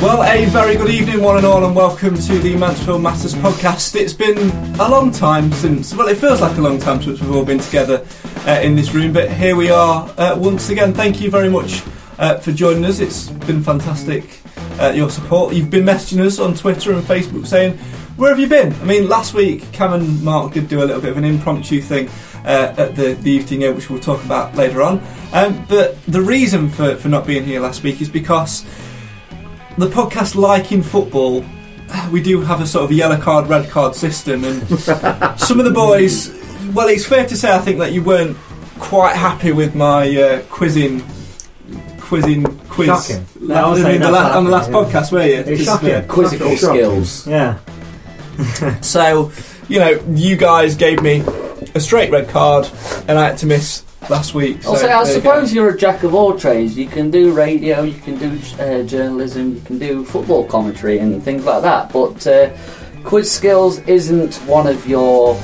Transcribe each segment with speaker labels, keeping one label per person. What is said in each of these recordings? Speaker 1: Well, a very good evening, one and all, and welcome to the Mansfield Matters podcast. It's been a long time since, well, it feels like a long time since we've all been together uh, in this room, but here we are uh, once again. Thank you very much uh, for joining us. It's been fantastic, uh, your support. You've been messaging us on Twitter and Facebook saying, Where have you been? I mean, last week, Cam and Mark did do a little bit of an impromptu thing uh, at the, the evening out, which we'll talk about later on. Um, but the reason for, for not being here last week is because the podcast like in football we do have a sort of a yellow card red card system and some of the boys well it's fair to say i think that you weren't quite happy with my uh, quizzing quizzing quiz
Speaker 2: Shocking.
Speaker 1: la-
Speaker 2: That was
Speaker 1: in
Speaker 2: like
Speaker 1: the
Speaker 2: not
Speaker 1: la- on the last
Speaker 2: happening, yeah.
Speaker 1: podcast were you
Speaker 2: It's shocking.
Speaker 3: quizzical
Speaker 2: Shocking.
Speaker 3: skills.
Speaker 2: Yeah.
Speaker 1: so you know you guys gave me a straight red card and i had to miss last week so
Speaker 3: Also,
Speaker 1: there
Speaker 3: I
Speaker 1: you go.
Speaker 3: suppose you're a jack of all trades. You can do radio, you can do uh, journalism, you can do football commentary and things like that. But uh, quiz skills isn't one of your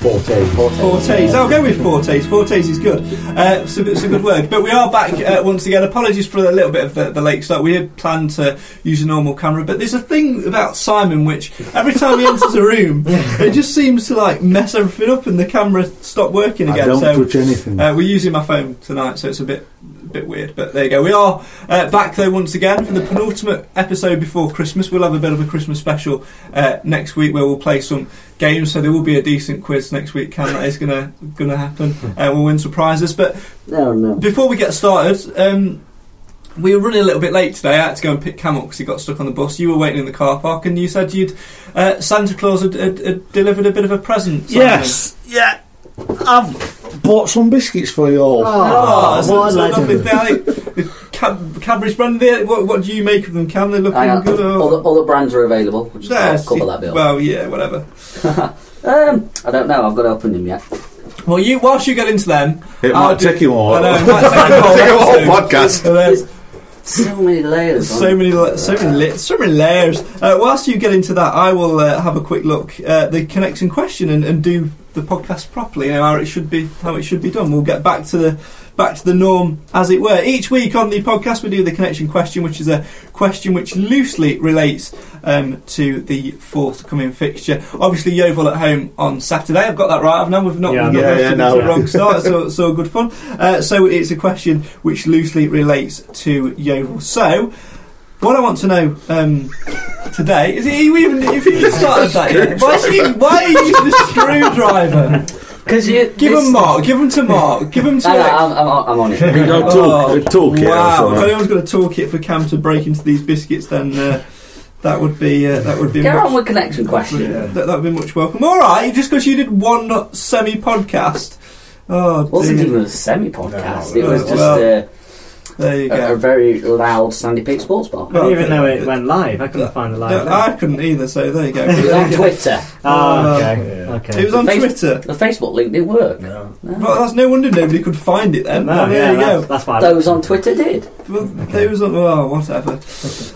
Speaker 3: forte.
Speaker 1: Fortes. Oh. I'll go with Fortes. Fortes is good. Uh, it's, a, it's a good word. But we are back uh, once again. Apologies for a little bit of uh, the, the late start. We had planned to use a normal camera, but there's a thing about Simon which every time he enters a room, it just seems to like mess everything up, and the camera stop working again.
Speaker 4: I don't
Speaker 1: so
Speaker 4: touch anything.
Speaker 1: uh, we're using my phone tonight, so it's a bit a bit weird. But there you go. We are uh, back though once again for the penultimate episode before Christmas. We'll have a bit of a Christmas special uh, next week where we'll play some games. So there will be a decent quiz next week. Cam, that is gonna gonna happen. Uh, we'll win some prizes. But
Speaker 3: No, no.
Speaker 1: before we get started, um, we were running a little bit late today. I had to go and pick Cam up because he got stuck on the bus. You were waiting in the car park, and you said you'd uh, Santa Claus had, had, had delivered a bit of a present. Simon.
Speaker 4: Yes, yeah. I've bought some biscuits for you all.
Speaker 1: Oh,
Speaker 2: Oh,
Speaker 1: it's,
Speaker 2: what
Speaker 1: it's
Speaker 2: a
Speaker 1: a lovely
Speaker 2: legend.
Speaker 1: thing. Cab- Cadbury's brand there. What, what do you make of them, Cam? They're looking
Speaker 3: Hang on.
Speaker 1: good. Or...
Speaker 3: Other, other brands are available. We'll just
Speaker 1: Yes,
Speaker 3: cover
Speaker 1: you-
Speaker 3: that bill.
Speaker 1: Well, yeah, whatever.
Speaker 3: um, I don't know. I've got to open them yet.
Speaker 1: Well, you whilst you get into them,
Speaker 4: It
Speaker 1: I'll
Speaker 4: might
Speaker 1: do-
Speaker 4: take you all.
Speaker 1: I know, it might take you all
Speaker 4: Oh. Take a whole
Speaker 1: episode.
Speaker 4: podcast.
Speaker 1: And then-
Speaker 3: So many layers.
Speaker 1: So many, la- so many, la- so many layers. Uh, whilst you get into that, I will uh, have a quick look uh, the connection question and, and do the podcast properly. You know how it should be, how it should be done. We'll get back to the back to the norm, as it were. Each week on the podcast, we do the connection question, which is a question which loosely relates um, to the forthcoming fixture. Obviously, Yeovil at home on Saturday. I've got that right. I've now we've not
Speaker 2: Yeah,
Speaker 1: we've not
Speaker 4: yeah,
Speaker 1: got
Speaker 4: yeah,
Speaker 1: to
Speaker 4: no.
Speaker 1: the wrong start. So, so good fun. Uh, so it's a question which loosely relates to Yeovil. So. What I want to know um, today is he even if he started that yet? Why, should he, why are you using a screwdriver?
Speaker 3: Because you
Speaker 1: Give him Mark. Give him to Mark. Give him to.
Speaker 3: No, no, I'm, I'm, on- I'm on it.
Speaker 4: You don't talk.
Speaker 1: Oh,
Speaker 4: you talk it, that's all
Speaker 1: wow! If
Speaker 4: right.
Speaker 1: anyone's got a toolkit for Cam to break into these biscuits, then uh, that would be uh, that would be.
Speaker 3: Get
Speaker 1: much-
Speaker 3: on with connection question.
Speaker 1: that, that would be much welcome. All right, just because you did one semi podcast. Oh,
Speaker 3: wasn't
Speaker 1: dear.
Speaker 3: even a semi podcast.
Speaker 1: No,
Speaker 3: it was
Speaker 1: no,
Speaker 3: just
Speaker 1: well, there you
Speaker 3: uh, a, a
Speaker 1: go.
Speaker 3: very loud Sandy Peak sports bar.
Speaker 2: I
Speaker 1: Well,
Speaker 2: didn't even know it
Speaker 1: th-
Speaker 2: went live. I couldn't find the live.
Speaker 1: No, I couldn't either, so there you go.
Speaker 3: It was on Twitter.
Speaker 2: oh,
Speaker 1: Um,
Speaker 2: okay. Okay.
Speaker 1: It was on
Speaker 3: Face-
Speaker 1: Twitter.
Speaker 3: The Facebook link didn't work.
Speaker 1: Well, that's no wonder nobody could find it then.
Speaker 2: no,
Speaker 1: Well, oh, there
Speaker 2: yeah,
Speaker 1: you
Speaker 2: that's,
Speaker 1: go.
Speaker 2: that's why. I-
Speaker 3: Those on Twitter did.
Speaker 1: Well, Those are, oh, whatever.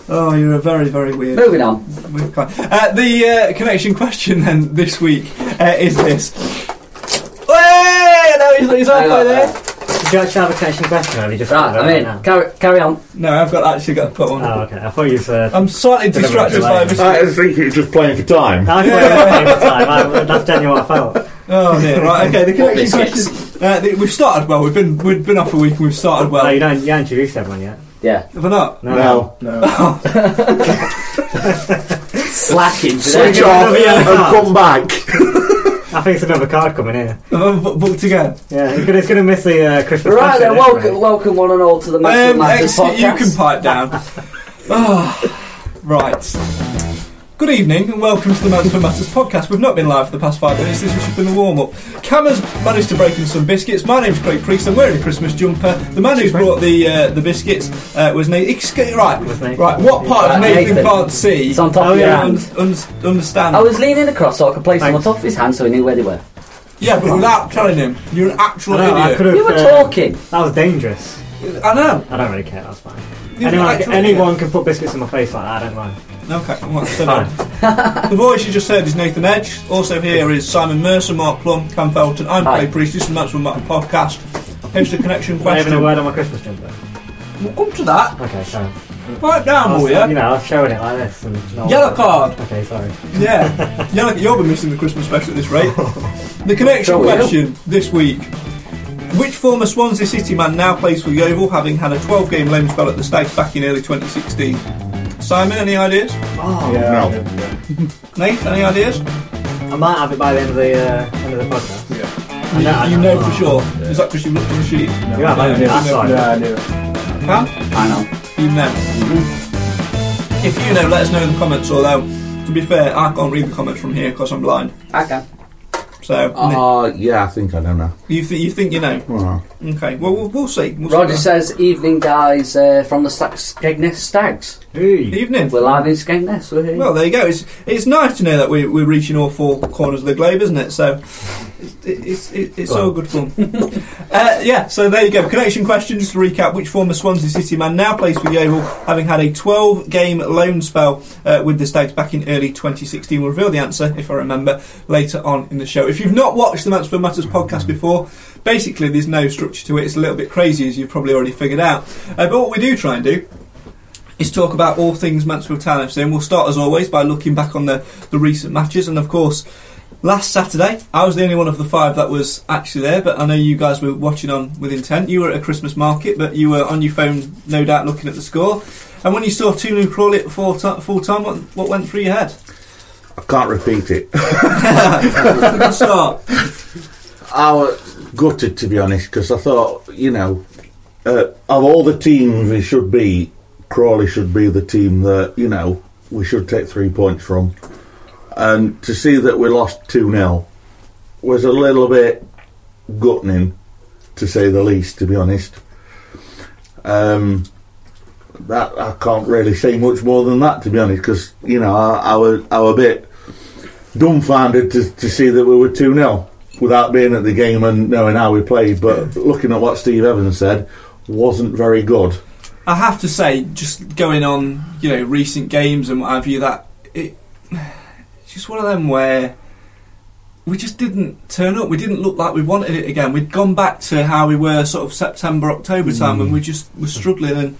Speaker 1: Oh, you're a very, very weird.
Speaker 3: Moving on.
Speaker 1: weird guy. Uh, the uh, connection question then this week uh, is this. Hey, no, he's, he's halfway there.
Speaker 2: Did you actually have a connection question? Or have you just
Speaker 3: Right, I mean,
Speaker 2: now?
Speaker 3: carry, carry on.
Speaker 1: No, I've got actually got to put one.
Speaker 2: Oh, okay. I thought you said.
Speaker 1: I'm slightly
Speaker 2: Deliver
Speaker 1: distracted by
Speaker 2: delay.
Speaker 1: this.
Speaker 4: I didn't think it was just playing for time.
Speaker 2: I thought you were playing the time. I, that's genuinely what I felt.
Speaker 1: Oh dear, right, okay. The connection
Speaker 3: Biscuits.
Speaker 1: question. Uh, the, we've started well. We've been we've been off a week and we've started well.
Speaker 2: No, Oh, you don't. You haven't introduced everyone yet.
Speaker 3: Yeah.
Speaker 1: Have I not?
Speaker 2: No.
Speaker 4: No.
Speaker 3: Slacking.
Speaker 4: Switch
Speaker 3: today.
Speaker 4: off
Speaker 2: Yeah.
Speaker 4: and come back.
Speaker 2: I think it's another card coming here.
Speaker 1: Have I bu- booked again?
Speaker 2: Yeah, it's gonna, it's gonna miss the uh, Christmas.
Speaker 3: Right
Speaker 2: special,
Speaker 3: then,
Speaker 2: isn't it?
Speaker 3: welcome, welcome one and all to the Massive
Speaker 1: Um,
Speaker 3: Matters
Speaker 1: ex- you
Speaker 3: podcast.
Speaker 1: can pipe down. Ah, Right. Good evening and welcome to the Mansfield Matters podcast. We've not been live for the past five minutes, this has just been a warm up. Cam has managed to break in some biscuits. My name's Craig Priest, I'm wearing a Christmas jumper. The man who's brought the uh, the biscuits uh, was Nathan. Exca- right,
Speaker 2: Was Nathan.
Speaker 1: right, what part of
Speaker 3: Right,
Speaker 1: Nathan,
Speaker 3: Nathan.
Speaker 1: can't see
Speaker 3: It's on top of your
Speaker 1: Oh, yeah,
Speaker 3: hand.
Speaker 1: un- un- understand?
Speaker 3: I was leaning across so I could place them on
Speaker 2: Thanks.
Speaker 3: top of his hand so he knew where they were.
Speaker 1: yeah, but without telling him, you're an actual
Speaker 2: I know, I
Speaker 1: idiot.
Speaker 2: could've,
Speaker 3: You were
Speaker 2: uh,
Speaker 3: talking.
Speaker 2: That was dangerous.
Speaker 1: I, know.
Speaker 2: I don't really care. That's fine.
Speaker 1: You're an
Speaker 2: Anyone,
Speaker 1: actual
Speaker 2: anyone can put biscuits in my face like that. I don't mind.
Speaker 1: Okay, well, so
Speaker 2: Fine.
Speaker 1: The voice you just heard is Nathan Edge. Also here is Simon Mercer, Mark Plum, Cam Felton. I'm
Speaker 3: Hi.
Speaker 1: Clay Priest. This is the Maxwell Martin podcast. Here's the connection
Speaker 2: Not even a
Speaker 1: question.
Speaker 2: word on my Christmas jumper.
Speaker 1: We'll come to that.
Speaker 2: Okay, sorry.
Speaker 1: Right
Speaker 2: I
Speaker 1: down,
Speaker 2: was,
Speaker 1: will ya?
Speaker 2: You know, I was showing it like this. And no-
Speaker 1: Oh, Yellow card.
Speaker 2: Okay, sorry.
Speaker 1: Yeah. yeah, like you'll be missing the Christmas special at this rate. The connection
Speaker 3: Sure will.
Speaker 1: question this week. Which former Swansea City man now plays for Yeovil, having had a 12 game loan spell at the Stags back in early 2016? Simon, any ideas?
Speaker 5: Oh, No.
Speaker 1: Nate, any ideas?
Speaker 2: I might have it by the end of the uh, end of the podcast.
Speaker 1: You
Speaker 2: know- I
Speaker 1: you
Speaker 2: know.
Speaker 1: know for sure. Is that because you looked at the sheet?
Speaker 2: You have
Speaker 1: no,
Speaker 2: it.
Speaker 1: no,
Speaker 2: That's
Speaker 1: no,
Speaker 2: fine.
Speaker 5: No, I knew it.
Speaker 1: Cam?
Speaker 3: I know.
Speaker 1: you know. If you know, let us know in the comments. Although, to be fair, I can't read the comments from here because I'm blind.
Speaker 3: I can.
Speaker 1: So
Speaker 3: Uh-huh.
Speaker 5: Uh, yeah, I think I know now.
Speaker 1: you, th- you think you know?
Speaker 5: Well,
Speaker 1: Okay. Well, we'll, we'll see. We'll see
Speaker 3: Roger
Speaker 1: about
Speaker 3: says, "Evening, guys, uh, from the Sta- Skegness Stags.
Speaker 1: that.
Speaker 2: Hey.
Speaker 1: Evening.
Speaker 3: We're live in Skegness. We're here.
Speaker 1: Well, there you go. It's it's nice to know that we're, we're reaching all four corners of the globe, isn't it? So it's it's, it's, it's all good fun. uh, yeah. So there you go. Connection question. Just to recap, which former Swansea City man now plays for Yeovil, having had a 12 game loan spell uh, with the Stags back in early 2016. We'll reveal the answer if I remember later on in the show. If you've not watched the Mansfield Matters podcast before, basically there's no structure to it. It's a little bit crazy, as you've probably already figured out. Uh, but what we do try and do is talk about all things Mansfield Town FC, and we'll start as always by looking back on the, the recent matches. And of course, last Saturday, I was the only one of the five that was actually there, but I know you guys were watching on with intent. You were at a Christmas market, but you were on your phone, no doubt, looking at the score. And when you saw 2 0 Crawley at full, ti full time, what, what went through your head?
Speaker 5: I can't repeat it.
Speaker 1: Good start.
Speaker 5: I was gutted, to be honest, because I thought, you know, uh, of all the teams we should be, Crawley should be the team that, you know, we should take three points from. And to see that we lost 2 0 was a little bit gutting, to say the least, to be honest. Um, that I can't really say much more than that, to be honest, because, you know, I, I, was, I was a bit dumbfounded to, to see that we were 2 0 without being at the game and knowing how we played. But looking at what Steve Evans said, wasn't very good.
Speaker 1: I have to say, just going on, you know, recent games and what have you, that it, it's just one of them where we just didn't turn up. We didn't look like we wanted it again. We'd gone back to how we were sort of September, October time, and we just were struggling. And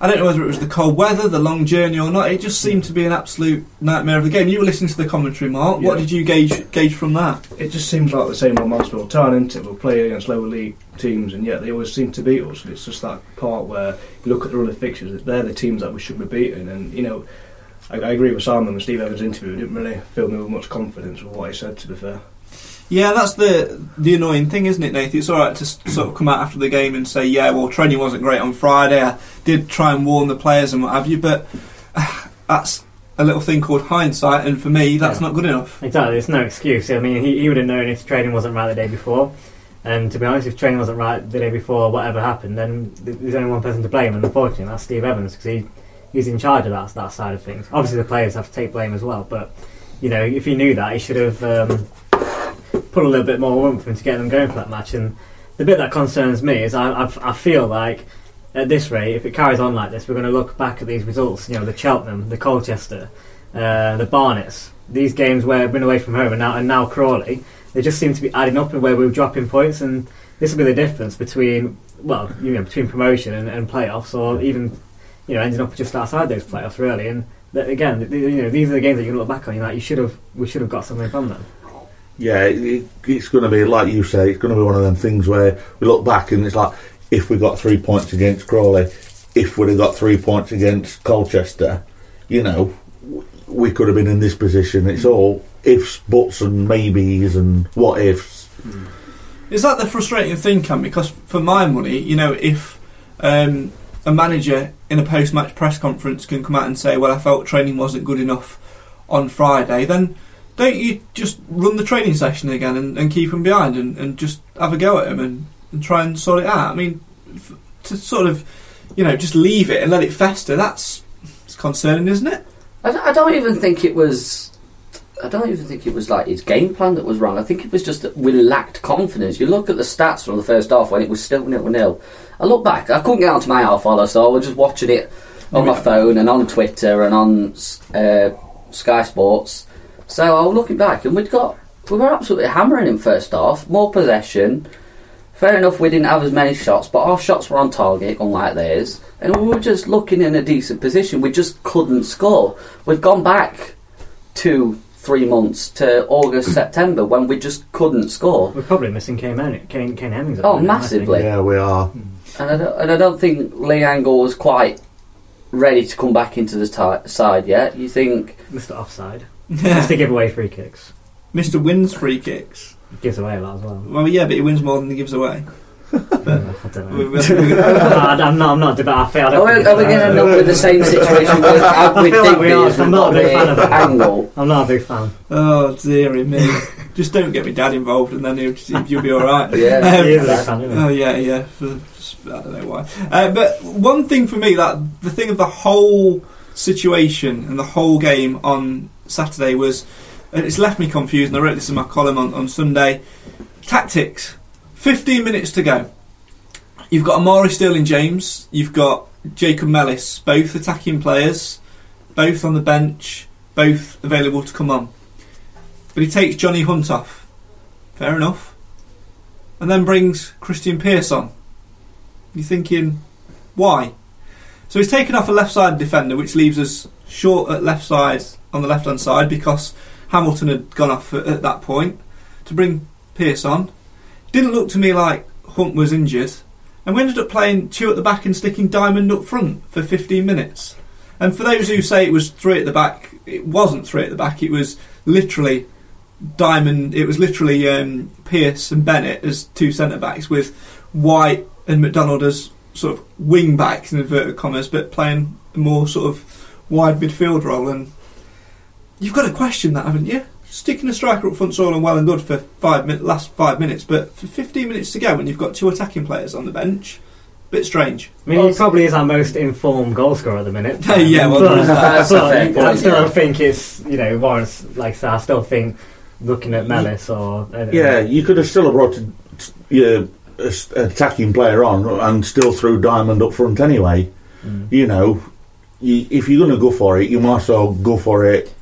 Speaker 1: I don't know whether it was the cold weather, the long journey, or not. It just seemed to be an absolute nightmare of the game. You were listening to the commentary, Mark. What
Speaker 5: Yeah.
Speaker 1: did you gauge gauge from that?
Speaker 6: It just seems like the same old Mansfield Town, isn't it? We're playing against lower league teams, and yet they always seem to beat us. And it's just that part where you look at the run of fixtures; they're the teams that we should be beating. And you know, I, I agree with Simon and Steve Evans' interview. It didn't really fill me with much confidence with what he said. To be fair,
Speaker 1: Yeah, that's the the annoying thing, isn't it, Nathan? It's all right to s- sort of come out after the game and say, "Yeah, well, training wasn't great on Friday. I did try and warn the players and what have you," but that's a little thing called hindsight, and for me, that's
Speaker 2: Yeah.
Speaker 1: not good enough.
Speaker 2: Exactly, there's no excuse. I mean, he, he would have known if training wasn't right the day before. And to be honest, if training wasn't right the day before, whatever happened, then th- there's only one person to blame, and unfortunately, that's Steve Evans because he, he's in charge of that, that side of things. Obviously, the players have to take blame as well, but you know, if he knew that, he should have um, put a little bit more room for him to get them going for that match. And the bit that concerns me is I, I've, I feel like at this rate, if it carries on like this, we're going to look back at these results. You know, the Cheltenham, the Colchester, uh, the Barnets. These games where we've been away from home and now, and now Crawley, they just seem to be adding up and where we're dropping points. And this will be the difference between, well, you know, between promotion and, and playoffs, or even, you know, ending up just outside those playoffs, really. And that, again, th- you know, these are the games that you can look back on. You're like, you should have, we should have got something from them.
Speaker 5: Yeah, it- it, it's going to be, like you say, it's going to be one of them things where we look back and it's like, if we got three points against Crawley, if we'd have got three points against Colchester, you know, w- we could have been in this position. It's all ifs, buts, and maybes, and what ifs.
Speaker 1: Is that the frustrating thing, Cam? Because for my money, you know, if um, a manager in a post-match press conference can come out and say, "Well, I felt training wasn't good enough on Friday," then don't you just run the training session again and, and keep them behind and, and just have a go at them and, and try and sort it out? I mean, f- to sort of, you know, just leave it and let it fester. That's it's concerning, isn't it?
Speaker 3: I, d- I don't even think it was. I don't even think it was like his game plan that was wrong. I think it was just that we lacked confidence. You look at the stats from the first half when it was still nil nil. I look back. I couldn't get onto my half hour, so I was just watching it on my phone and on Twitter and on uh, Sky Sports. So I was looking back, and we'd got we were absolutely hammering in first half. More possession. Fair enough, we didn't have as many shots, but our shots were on target, unlike theirs, and we were just looking in a decent position. We just couldn't score. We've gone back two, three months to August, September when we just couldn't score.
Speaker 2: We're probably missing Kane, Hen- Kane, Kane Hemmings. at
Speaker 3: Oh,
Speaker 2: the minute, I think.
Speaker 3: massively.
Speaker 5: Yeah, we are.
Speaker 3: And I don't, and I don't think Lee Angle was quite ready to come back into the ti side yet. You think
Speaker 2: Mr. Offside.
Speaker 1: Yeah.
Speaker 2: Just to give away free kicks.
Speaker 1: Mr. wins free kicks.
Speaker 2: Gives away a lot as well.
Speaker 1: Well, yeah, but he wins more than he gives away.
Speaker 2: I don't
Speaker 1: We-
Speaker 2: know.
Speaker 1: we- we-
Speaker 2: No, I- I'm not. I'm not. deba- I failed.
Speaker 3: are we, are we going to end up with the same situation we had with
Speaker 2: feel like we
Speaker 3: Digby
Speaker 2: are.
Speaker 3: as
Speaker 2: I'm
Speaker 3: we've
Speaker 2: not a
Speaker 3: got
Speaker 2: big
Speaker 3: with
Speaker 2: fan of that.
Speaker 3: Angle?
Speaker 2: I'm not a big fan.
Speaker 1: Oh dearie me! Just don't get me dad involved, and then he'll, you'll be all right.
Speaker 3: Yeah.
Speaker 2: He is a big fan, isn't
Speaker 1: Oh yeah, yeah. For- I don't know why. Uh, but one thing for me, that the thing of the whole situation and the whole game on Saturday was, and it's left me confused. And I wrote this in my column on, on Sunday. Tactics. Fifteen minutes to go. You've got Amari Sterling James. You've got Jacob Mellis. Both attacking players. Both on the bench. Both available to come on. But he takes Johnny Hunt off. Fair enough and then brings Christian Pearce on. You're thinking, why? So he's taken off a left side defender, which leaves us short at left side on the left hand side because Hamilton had gone off at, at that point to bring Pearce on. Didn't look to me like Hunt was injured, and we ended up playing two at the back and sticking Diamond up front for 15 minutes. And for those who say it was three at the back, it wasn't three at the back. It was literally Diamond. It was literally um, Pierce and Bennett as two centre backs with White and McDonald as sort of wing backs in inverted commas, but playing a more sort of wide midfield role. And you've got to question that, haven't you? Sticking a striker up front's all and well and good for five min- last five minutes, but for 15 minutes to go, when you've got two attacking players on the bench, bit strange.
Speaker 2: I mean, he probably is our most informed goal scorer at the minute.
Speaker 1: Yeah, well,
Speaker 2: but,
Speaker 3: that's a
Speaker 2: but
Speaker 3: fair
Speaker 2: I
Speaker 3: point,
Speaker 2: still
Speaker 3: yeah.
Speaker 2: think it's you know warrants like so I still think looking at Mellis or uh,
Speaker 5: Yeah, you could have still have brought a, yeah, a s- attacking player on and still threw Diamond up front anyway. You know, you, if you're going to go for it, you might as well go for it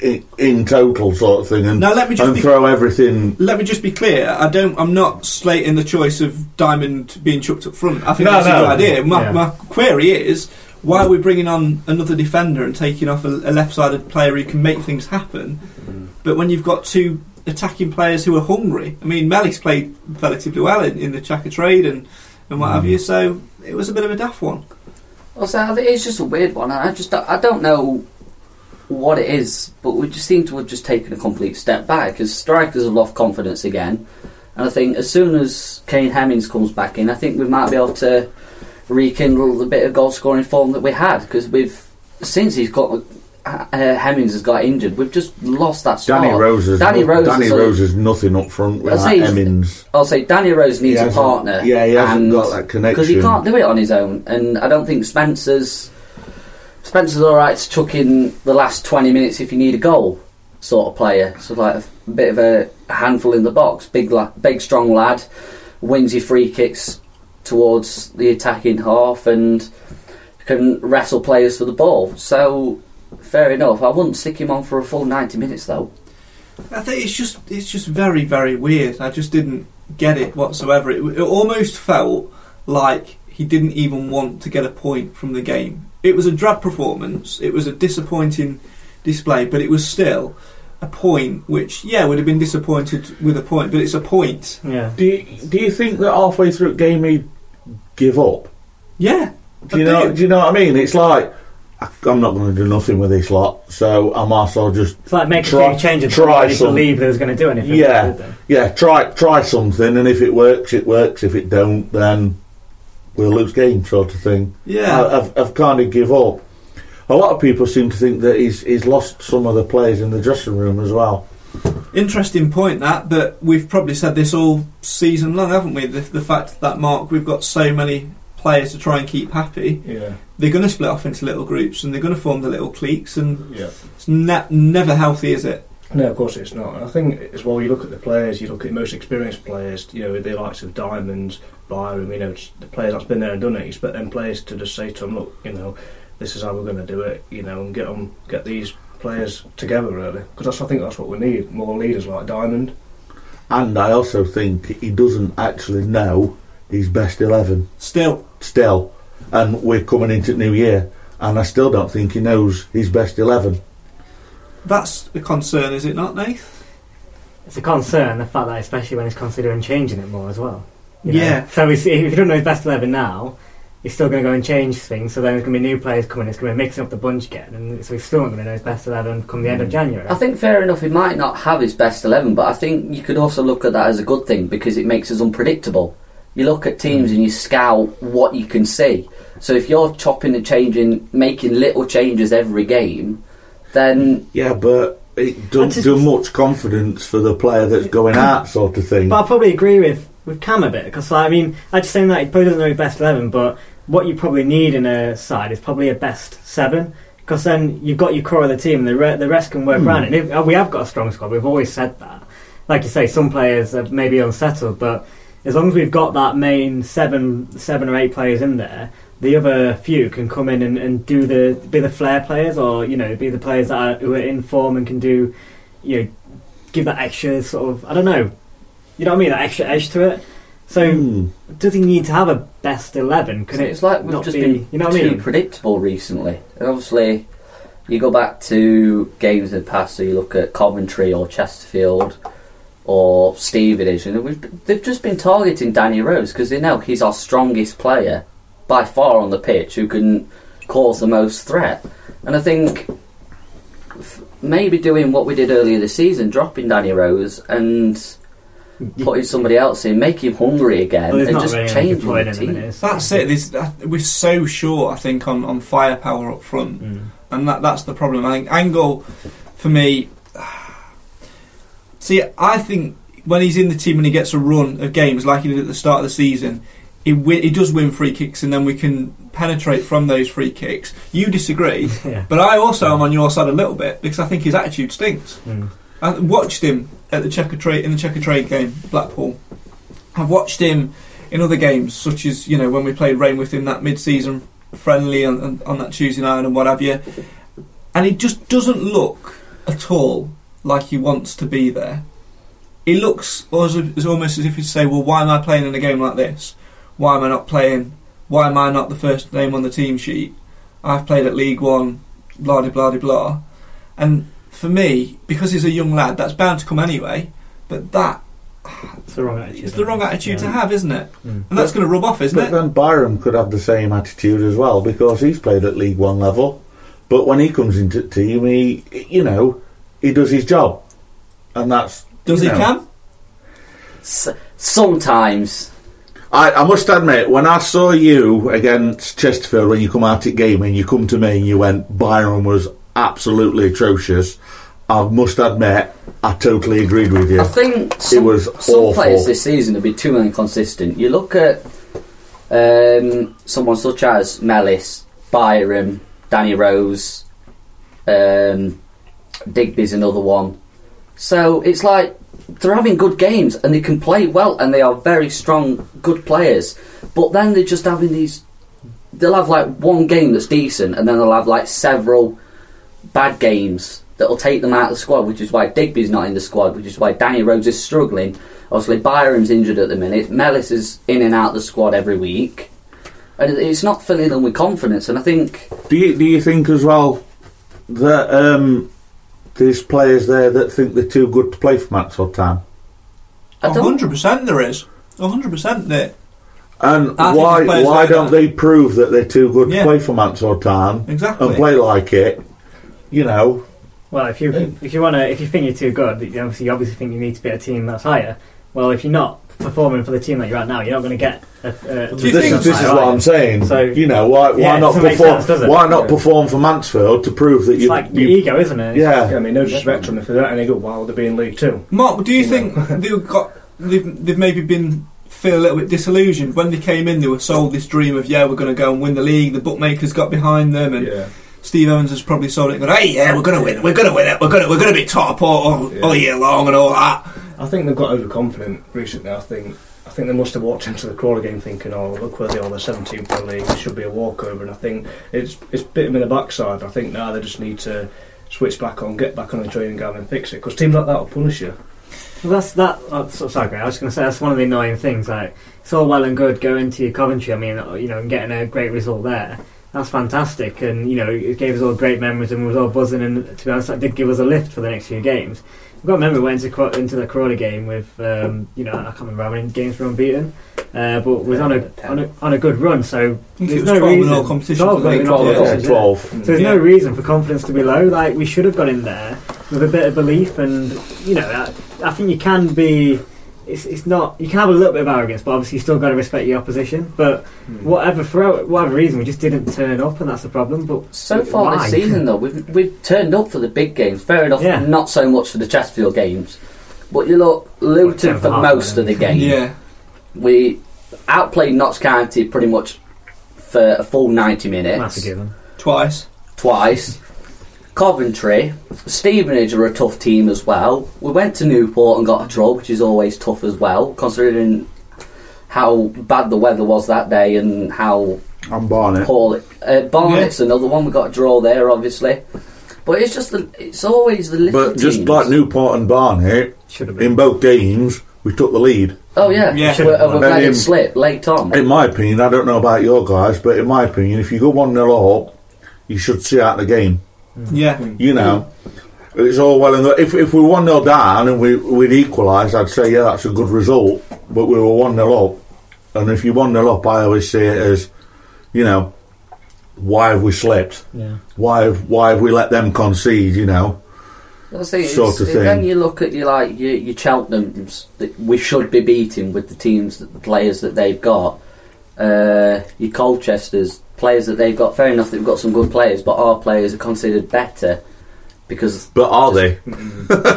Speaker 5: in, in total sort of thing and,
Speaker 1: Now, let me just
Speaker 5: and
Speaker 1: be-
Speaker 5: throw everything.
Speaker 1: Let me just be clear. I don't. I'm not slating the choice of Diamond being chucked up front. I think
Speaker 5: No,
Speaker 1: that's
Speaker 5: no.
Speaker 1: a good idea. My,
Speaker 2: Yeah.
Speaker 1: my query is why are we bringing on another defender and taking off a, a left-sided player who can make things happen? But when you've got two attacking players who are hungry, I mean, Melis played relatively well in, in the Chaka trade and and what
Speaker 5: Mm.
Speaker 1: have you. So it was a bit of a daft one.
Speaker 3: Well, so I think it's just a weird one. I just I don't know what it is, but we just seem to have just taken a complete step back because strikers have lost confidence again. And I think as soon as Kane Hemmings comes back in, I think we might be able to rekindle the bit of goal scoring form that we had because we've since he's got uh, Hemmings has got injured, we've just lost that spark.
Speaker 5: Danny Rose is
Speaker 3: Danny
Speaker 5: no-
Speaker 3: Rose.
Speaker 5: Danny
Speaker 3: is a-
Speaker 5: Rose is nothing up front
Speaker 3: I'd
Speaker 5: without
Speaker 3: say he's-
Speaker 5: Emmons.
Speaker 3: I'll say Danny Rose needs a
Speaker 5: hasn't-
Speaker 3: partner.
Speaker 5: yeah, he hasn't
Speaker 3: and-
Speaker 5: got that connection.
Speaker 3: because he can't do it on his own. And I don't think Spencer's Spencer's all right to chuck in the last twenty minutes if you need a goal sort of player. So like a f- bit of a handful in the box, big la- big strong lad, wins your free kicks towards the attacking half and can wrestle players for the ball. So fair enough. I wouldn't stick him on for a full ninety minutes though.
Speaker 1: I think it's just it's just very very weird. I just didn't get it whatsoever. It, it almost felt like he didn't even want to get a point from the game. It was a drab performance. It was a disappointing display, but it was still a point. Which yeah, would have been disappointed with a point, but it's a point.
Speaker 2: yeah.
Speaker 5: Do you, do you think that halfway through the game he'd give up?
Speaker 1: Yeah.
Speaker 5: Do you
Speaker 1: I
Speaker 5: know?
Speaker 1: do.
Speaker 5: Do you know what I mean? It's like I, I'm not going to do nothing with this lot, so I might as well just
Speaker 2: It's like making a
Speaker 5: Try-
Speaker 2: few changes.
Speaker 5: try
Speaker 2: Try
Speaker 5: some-
Speaker 2: believe they was going to do anything.
Speaker 5: yeah, yeah. Try try something, and if it works, it works. If it don't, then we'll lose game sort of thing.
Speaker 1: Yeah.
Speaker 5: I, I've, I've kind of give up. A lot of people seem to think that he's he's lost some of the players in the dressing room as well.
Speaker 1: Interesting point that, but we've probably said this all season long, haven't we? The, the fact that Mark, we've got so many players to try and keep happy.
Speaker 6: Yeah,
Speaker 1: They're going to split off into little groups and they're going to form the little cliques, and
Speaker 6: yeah.
Speaker 1: it's ne- never healthy, is it?
Speaker 6: No, of course it's not. And I think as well, you look at the players, you look at the most experienced players, you know, the likes of Diamonds, Byram, you know, it's the players that's been there and done it. You expect them players to just say to them, look, you know, this is how we're going to do it, you know, and get them, get these players together, really. Because I think that's what we need more leaders like Diamond.
Speaker 5: And I also think he doesn't actually know his best eleven
Speaker 1: Still,
Speaker 5: still. And we're coming into New Year, and I still don't think he knows his best eleven.
Speaker 1: that's a concern, is it not, Nath?
Speaker 2: It's a concern, the fact that especially when he's considering changing it more as well. You know?
Speaker 1: Yeah.
Speaker 2: So he's, if you don't know his best 11 now, he's still going to go and change things, so then there's going to be new players coming, it's going to be mixing up the bunch again, and so he's still not going to know his best 11 come the end of January.
Speaker 3: I think fair enough. He might not have his best eleven, but I think you could also look at that as a good thing because it makes us unpredictable. You look at teams and you scout what you can see. So if you're chopping and changing, making little changes every game, then
Speaker 5: Yeah, but it doesn't
Speaker 2: just-
Speaker 5: do much confidence for the player that's going out, sort of thing.
Speaker 2: But I probably agree with, with Cam a bit because I mean I just saying that he probably doesn't know his best eleven, but what you probably need in a side is probably a best seven because then you've got your core of the team. The re- the rest can work around it. And if, uh, we have got a strong squad. We've always said that. Like you say, some players are maybe unsettled, but as long as we've got that main seven seven or eight players in there. The other few can come in and, and do the be the flair players, or you know, be the players that are, who are in form and can do, you know, give that extra sort of I don't know, you know what I mean? That extra edge to it. So
Speaker 5: Hmm.
Speaker 2: does he need to have a best eleven? Can it
Speaker 3: it's like we've
Speaker 2: not
Speaker 3: just
Speaker 2: be?
Speaker 3: been
Speaker 2: you know what I
Speaker 3: too
Speaker 2: mean?
Speaker 3: predictable recently. And obviously, you go back to games in the past. So you look at Coventry or Chesterfield or Stevenage, and we've, they've just been targeting Danny Rose because they know he's our strongest player by far on the pitch, who can cause the most threat. And I think f- maybe doing what we did earlier this season, dropping Danny Rose and. Putting somebody else in, make him hungry again,
Speaker 2: Well, there's
Speaker 3: and
Speaker 2: Oh, not
Speaker 3: just
Speaker 2: really any good
Speaker 3: changing
Speaker 2: point
Speaker 3: the
Speaker 2: in the
Speaker 3: team.
Speaker 2: minute. is there?
Speaker 1: That's it. This, that, we're so short, I think, on, on firepower up front.
Speaker 2: Mm.
Speaker 1: and that that's the problem. I think Angle, for me, see, I think when he's in the team and he gets a run of games like he did at the start of the season, he win, he does win free kicks, and then we can penetrate from those free kicks. You disagree,
Speaker 2: Yeah.
Speaker 1: but I also am on your side a little bit because I think his attitude stinks.
Speaker 2: Mm.
Speaker 1: I watched him at the checker trade in the checker trade game, Blackpool. I've watched him in other games, such as you know when we played Rainworth in that mid-season friendly on, on, on that Tuesday night and what have you. And he just doesn't look at all like he wants to be there. He looks as, as almost as if he'd say, "Well, why am I playing in a game like this? Why am I not playing? Why am I not the first name on the team sheet? I've played at League One, blah de blah de blah." And for me, because he's a young lad, that's bound to come anyway. But that
Speaker 2: It's the wrong attitude.
Speaker 1: is the wrong attitude to
Speaker 2: Yeah.
Speaker 1: have, isn't it?
Speaker 2: Mm.
Speaker 1: And that's going to rub off, isn't
Speaker 5: But
Speaker 1: it?
Speaker 5: then Byram could have the same attitude as well because he's played at League One level. But when he comes into the team, he, you know, he does his job, and that's
Speaker 1: Does he
Speaker 5: you know.
Speaker 1: Cam?
Speaker 3: S- sometimes.
Speaker 5: I, I must admit, when I saw you against Chesterfield when you come out at game and you come to me and you went, Byron was absolutely atrocious. I must admit, I totally agreed with you.
Speaker 3: I think some,
Speaker 5: was
Speaker 3: some
Speaker 5: awful.
Speaker 3: players this season have been too inconsistent. You look at um, someone such as Mellis, Byram, Danny Rose, um, Digby's another one. So it's like they're having good games and they can play well and they are very strong, good players. But then they're just having these. They'll have like one game that's decent and then they'll have like several bad games that'll take them out of the squad, which is why Digby's not in the squad, which is why Danny Rose is struggling. Obviously, Byram's injured at the minute. Mellis is in and out of the squad every week. And it- it's not filling them with confidence. And I think
Speaker 5: Do you, do you think as well that um, there's players there that think they're too good to play for Max or Tam?
Speaker 3: I don't.
Speaker 1: 100% there is. 100% there.
Speaker 5: And
Speaker 1: I think
Speaker 5: why
Speaker 1: there's players
Speaker 5: why
Speaker 1: like that.
Speaker 5: don't they prove that they're too good
Speaker 1: Yeah.
Speaker 5: to play for Mansor Town
Speaker 1: Exactly.
Speaker 5: and play like it? You know,
Speaker 2: Well, if you if you want to if you think you're too good, you obviously you obviously think you need to be a team that's higher. Well, if you're not, performing for the team that you're at now, you're not going to get. A, a
Speaker 1: Do you
Speaker 5: this
Speaker 1: think-
Speaker 5: is, this is what I'm saying.
Speaker 2: So-
Speaker 5: you know, why, why
Speaker 2: Yeah, it
Speaker 5: not
Speaker 2: doesn't make
Speaker 5: perform?
Speaker 2: sense, does it?
Speaker 5: why not perform for Mansfield to prove that
Speaker 2: It's
Speaker 5: you?
Speaker 2: like your
Speaker 5: you-
Speaker 2: ego, isn't it? It's
Speaker 5: yeah,
Speaker 6: Yeah, I mean, no disrespect to them if they're not any good. Why would they be in League Two?
Speaker 1: Mark, do you think they've got they've, they've maybe been feel a little bit disillusioned when they came in? They were sold this dream of yeah, we're going to go and win the league. The bookmakers got behind them, and
Speaker 6: Yeah,
Speaker 1: Steve Owens has probably sold it. And gone, hey, yeah, we're going to win. We're going to win it. We're going to we're going to be top all, all,
Speaker 6: Yeah.
Speaker 1: all year long and all that.
Speaker 6: I think they've got overconfident recently. I think I think they must have walked into the Crawley game thinking, "Oh, look where they are. They're 17th in the league. It should be a walkover." And I think it's it's bit them in the backside. I think now they just need to switch back on, get back on the training ground, and fix it. Because teams like that will punish you.
Speaker 2: Well, that's that. Uh, so, sorry, Greg, I was just going to say that's one of the annoying things. Like, it's all well and good going to your Coventry. I mean, uh, you know, and getting a great result there. That's fantastic, and you know, it gave us all great memories, and we was all buzzing. And to be honest, that did give us a lift for the next few games. I've got to remember we went into, Cro- into the Crawley game with, um, you know, I can't remember how many games we were unbeaten, uh, but was on a, on a on a good run. So
Speaker 1: I think it
Speaker 2: there's
Speaker 1: was
Speaker 2: no
Speaker 1: 12 in
Speaker 2: reason.
Speaker 1: all competitions,
Speaker 2: 12,
Speaker 1: I think,
Speaker 2: in all
Speaker 1: 12,
Speaker 5: yeah,
Speaker 2: competitions, yeah.
Speaker 5: twelve.
Speaker 2: So there's no
Speaker 1: Yeah.
Speaker 2: reason for confidence to be low. Like we should have gone in there with a bit of belief, and you know, I, I think you can be. It's, it's not you can have a little bit of arrogance, but obviously you still got to respect your opposition. But whatever for whatever reason, we just didn't turn up, and that's the problem. But
Speaker 3: So far
Speaker 2: why?
Speaker 3: this season, though, we've, we've turned up for the big games. Fair enough,
Speaker 2: Yeah.
Speaker 3: not so much for the Chesterfield games. But you look, Luton
Speaker 2: Well,
Speaker 3: for
Speaker 2: Hartman,
Speaker 3: most of the game.
Speaker 1: Yeah,
Speaker 3: We outplayed Notts County pretty much for a full 90
Speaker 2: that's a
Speaker 3: minutes.
Speaker 2: given.
Speaker 1: twice.
Speaker 3: Twice. Coventry. Stevenage are a tough team as well. We went to Newport and got a draw, which is always tough as well, considering how bad the weather was that day and how
Speaker 5: I'm Barnett.
Speaker 3: Paul uh, Barnett's another one. We got a draw there, obviously. But it's just the, it's always the little
Speaker 5: But just
Speaker 3: teams.
Speaker 5: like Newport and Barnet,
Speaker 2: Should have been.
Speaker 5: in both games, we took the lead.
Speaker 3: oh yeah,
Speaker 1: Yeah.
Speaker 3: we have
Speaker 5: Then
Speaker 3: let
Speaker 5: him-
Speaker 3: it slip late on.
Speaker 5: In my opinion, I don't know about your guys, but in my opinion, if you go 1 0 up, you should see out the game.
Speaker 1: Yeah,
Speaker 6: Mm.
Speaker 5: You know, it's all well and good. If, if we were 1 0 down and we, we'd equalise, I'd say, yeah, that's a good result. But we were 1 0 up. And if you 1 0 up, I always see it as, you know, why have we slipped?
Speaker 2: Yeah.
Speaker 5: Why have, why have we let them concede, you know?
Speaker 3: That's the- it's-
Speaker 5: sort of thing.
Speaker 3: Then you look at you like you, you Cheltenham's that we should be beating with the teams, that, the players that they've got. Uh, your Colchester's players that they've got. Fair enough, they've got some good players, but our players are considered better because
Speaker 5: But are they?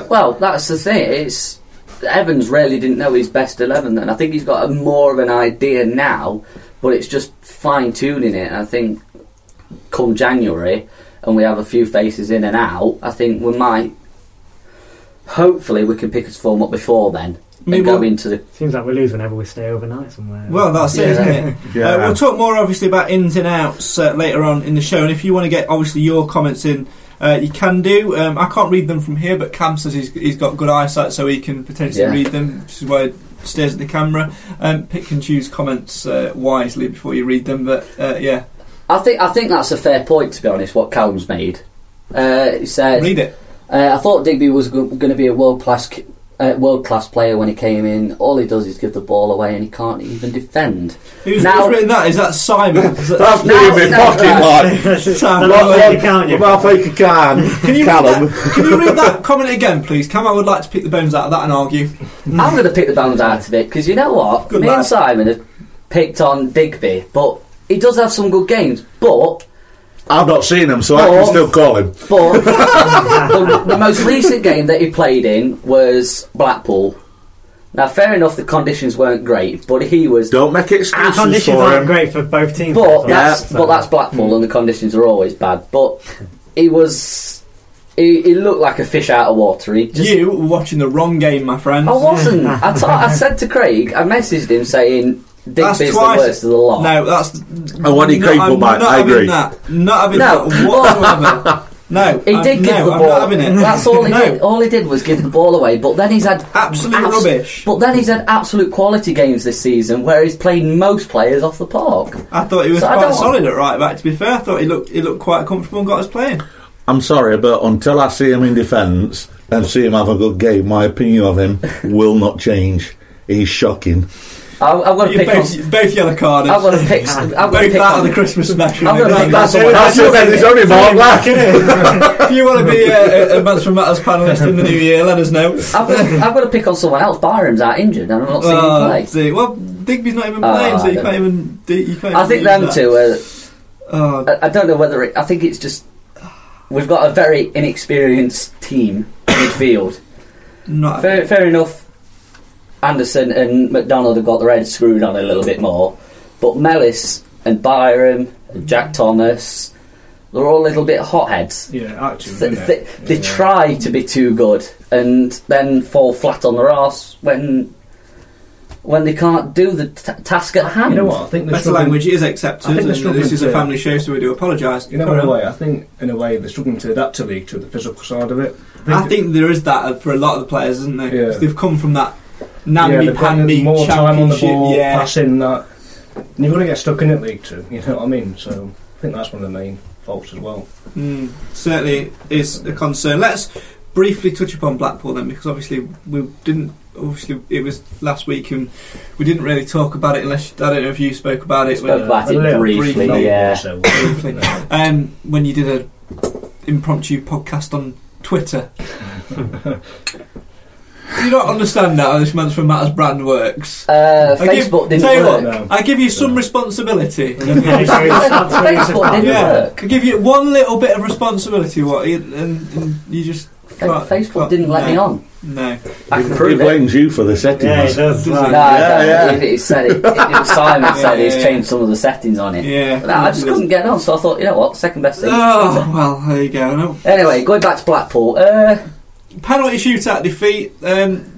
Speaker 3: Well, that's the thing. It's Evans really didn't know his best eleven then. I think he's got a, more of an idea now, but it's just fine tuning it. And I think come January, and we have a few faces in and out. I think we might. Hopefully, we can pick his form up before then
Speaker 1: Maybe
Speaker 3: and go
Speaker 1: we'll-
Speaker 3: into the.
Speaker 2: Seems like we lose whenever we stay overnight somewhere.
Speaker 1: Well, that's it,
Speaker 3: Yeah.
Speaker 1: isn't it?
Speaker 5: Yeah.
Speaker 1: Uh, we'll talk more obviously about ins and outs uh, later on in the show, and if you want to get obviously your comments in, uh, you can do. Um, I can't read them from here, but Cam says he's, he's got good eyesight, so he can potentially
Speaker 3: Yeah.
Speaker 1: read them, which is why he stares at the camera. Um, pick and choose comments uh, wisely before you read them, but uh, yeah,
Speaker 3: I think I think that's a fair point to be honest. What Calum's made. Uh, he said,
Speaker 1: read it.
Speaker 3: Uh, I thought Digby was going to be a world class uh, world class player when he came in. All he does is give the ball away, and he can't even defend.
Speaker 1: Who's,
Speaker 3: Now-
Speaker 1: who's written that? Is that Simon? Is that-
Speaker 5: That's
Speaker 3: No,
Speaker 5: me in my
Speaker 3: no,
Speaker 5: pocket,
Speaker 3: no.
Speaker 5: like.
Speaker 1: Simon,
Speaker 2: Well,
Speaker 1: well,
Speaker 2: you can't, you?
Speaker 5: Well, I think you can.
Speaker 1: Can you, read
Speaker 5: Callum.
Speaker 1: that, can you read that comment again, please? Cam, I would like to pick the bones out of that and argue.
Speaker 3: I'm going to pick the bones out of it because you know what?
Speaker 1: Hmm. Good
Speaker 3: Me
Speaker 1: lad.
Speaker 3: and Simon have picked on Digby, but he does have some good games. But
Speaker 5: I've not seen him, so I can
Speaker 3: Oh.
Speaker 5: still call him.
Speaker 3: but the, the most recent game that he played in was Blackpool. Now, fair enough, the conditions weren't great, but he was
Speaker 5: Don't make
Speaker 2: The
Speaker 5: excuses
Speaker 2: conditions
Speaker 5: for
Speaker 2: aren't
Speaker 5: him.
Speaker 2: great for both teams.
Speaker 3: But
Speaker 2: So
Speaker 3: that's but that's Blackpool, and the conditions are always bad. But he was he, he looked like a fish out of water. He just Oh,
Speaker 1: you were watching the wrong game, my friend.
Speaker 3: I wasn't. I to- I said to Craig, I messaged him saying
Speaker 1: That's
Speaker 3: Digby's the
Speaker 1: twice.
Speaker 3: worst of the lot.
Speaker 1: No, that's.
Speaker 5: I want it
Speaker 1: No,
Speaker 5: cable
Speaker 1: I'm
Speaker 5: back,
Speaker 1: Not
Speaker 5: I
Speaker 1: having
Speaker 5: agree.
Speaker 1: That. Not having
Speaker 3: No.
Speaker 1: that whatsoever. No,
Speaker 3: He
Speaker 1: I'm-
Speaker 3: did give
Speaker 1: no,
Speaker 3: the
Speaker 1: I'm
Speaker 3: ball.
Speaker 1: Not having it.
Speaker 3: That's all he
Speaker 1: no.
Speaker 3: did. All he did was give the ball away. But then he's had
Speaker 1: Absolute rubbish.
Speaker 3: But then he's had absolute quality games this season, where he's played most players off the park.
Speaker 1: I thought he was
Speaker 3: So I
Speaker 1: quite
Speaker 3: don't-
Speaker 1: solid at right back. To be fair, I thought he looked he looked quite comfortable and got us playing.
Speaker 5: I'm sorry, but until I see him in defence and see him have a good game, my opinion of him will not change. He's shocking.
Speaker 3: I'm, I'm going to
Speaker 1: You
Speaker 3: pick.
Speaker 1: both,
Speaker 3: on-
Speaker 1: both yellow carded.
Speaker 3: I'm going to pick. I'm going to
Speaker 1: both
Speaker 3: pick.
Speaker 1: that or
Speaker 3: on-
Speaker 1: the Christmas special.
Speaker 3: I'm gonna
Speaker 1: Right.
Speaker 3: pick that someone
Speaker 5: That's it, then, there's only Mark Black in it.
Speaker 1: if you want to be a, a, a Months from Matters panelist in the new year, let us know.
Speaker 3: I'm going to, I'm going to pick on someone else. Byram's out injured, and I'm not seeing
Speaker 1: Oh,
Speaker 3: him play.
Speaker 1: see, well, Digby's not even
Speaker 3: Oh,
Speaker 1: playing, so
Speaker 3: I
Speaker 1: you
Speaker 3: don't-
Speaker 1: can't even. do- You can't
Speaker 3: I
Speaker 1: even
Speaker 3: think
Speaker 1: use
Speaker 3: them
Speaker 1: that.
Speaker 3: two. Are,
Speaker 1: Oh,
Speaker 3: I, I don't know whether it. I think it's just we've got a very inexperienced team midfield.
Speaker 1: not.
Speaker 3: Fair, fair enough. Anderson and McDonald have got their heads screwed on a little bit more, but Mellis and Byram and Jack
Speaker 1: Mm-hmm.
Speaker 3: Thomas, they're all a little bit hotheads.
Speaker 6: Yeah, actually,
Speaker 3: They,
Speaker 6: isn't
Speaker 3: they,
Speaker 6: it?
Speaker 3: they
Speaker 6: Yeah.
Speaker 3: try to be too good and then fall flat on their arse when when they can't do the t- task at hand.
Speaker 6: You know what? I think the
Speaker 1: Better language is accepted,
Speaker 6: I think
Speaker 1: and
Speaker 6: they're
Speaker 1: this is a
Speaker 6: struggling to-
Speaker 1: family show, so we do apologise.
Speaker 6: You know,
Speaker 1: Carry
Speaker 6: in a
Speaker 1: on.
Speaker 6: way, I think in a way they're struggling to adapt to league to the physical side of it.
Speaker 1: I think there is that for a lot of the players, isn't there? 'Cause
Speaker 6: Yeah.
Speaker 1: They've come from that
Speaker 6: yeah,
Speaker 1: namby
Speaker 6: they've got
Speaker 1: pamby
Speaker 6: more time on the
Speaker 1: championship,
Speaker 6: ball,
Speaker 1: yeah.
Speaker 6: passing that. And you're going to get stuck in it league two. You know what I mean? So I think that's one of the main faults as well.
Speaker 1: Mm, certainly is a concern. Let's briefly touch upon Blackpool then, because obviously we didn't. Obviously, it was last week, and we didn't really talk about it. Unless I don't know if you spoke about it.
Speaker 3: Spoke
Speaker 1: when,
Speaker 3: about
Speaker 6: Uh, A
Speaker 3: it
Speaker 6: little
Speaker 3: briefly,
Speaker 1: briefly.
Speaker 3: yeah.
Speaker 6: So,
Speaker 1: Briefly. um, when you did a impromptu podcast on Twitter. you don't understand how this man's from Matters brand works.
Speaker 3: Uh,
Speaker 1: I give-
Speaker 3: Facebook
Speaker 1: tell you
Speaker 3: didn't
Speaker 1: what,
Speaker 3: work.
Speaker 6: No.
Speaker 1: I give you some responsibility.
Speaker 3: Facebook didn't
Speaker 1: Yeah,
Speaker 3: work.
Speaker 1: I give you one little bit of responsibility, what, and, and you just
Speaker 3: Fa-
Speaker 1: can't-
Speaker 3: Facebook
Speaker 1: can't-
Speaker 3: didn't let
Speaker 1: no,
Speaker 3: me on.
Speaker 1: No,
Speaker 3: I
Speaker 5: He
Speaker 3: can prove it.
Speaker 5: blames you for the
Speaker 2: Yeah,
Speaker 5: settings.
Speaker 2: it does.
Speaker 3: No,
Speaker 2: right.
Speaker 5: Yeah,
Speaker 3: no,
Speaker 5: yeah.
Speaker 3: It, it said it, it, was Simon said
Speaker 1: Yeah.
Speaker 3: he's changed some of the settings on it.
Speaker 1: yeah.
Speaker 3: But I just couldn't get on, so I thought, you know what, second best thing.
Speaker 1: Oh well, there you go. No.
Speaker 3: Anyway, going back to Blackpool, uh,
Speaker 1: Penalty shootout defeat, um,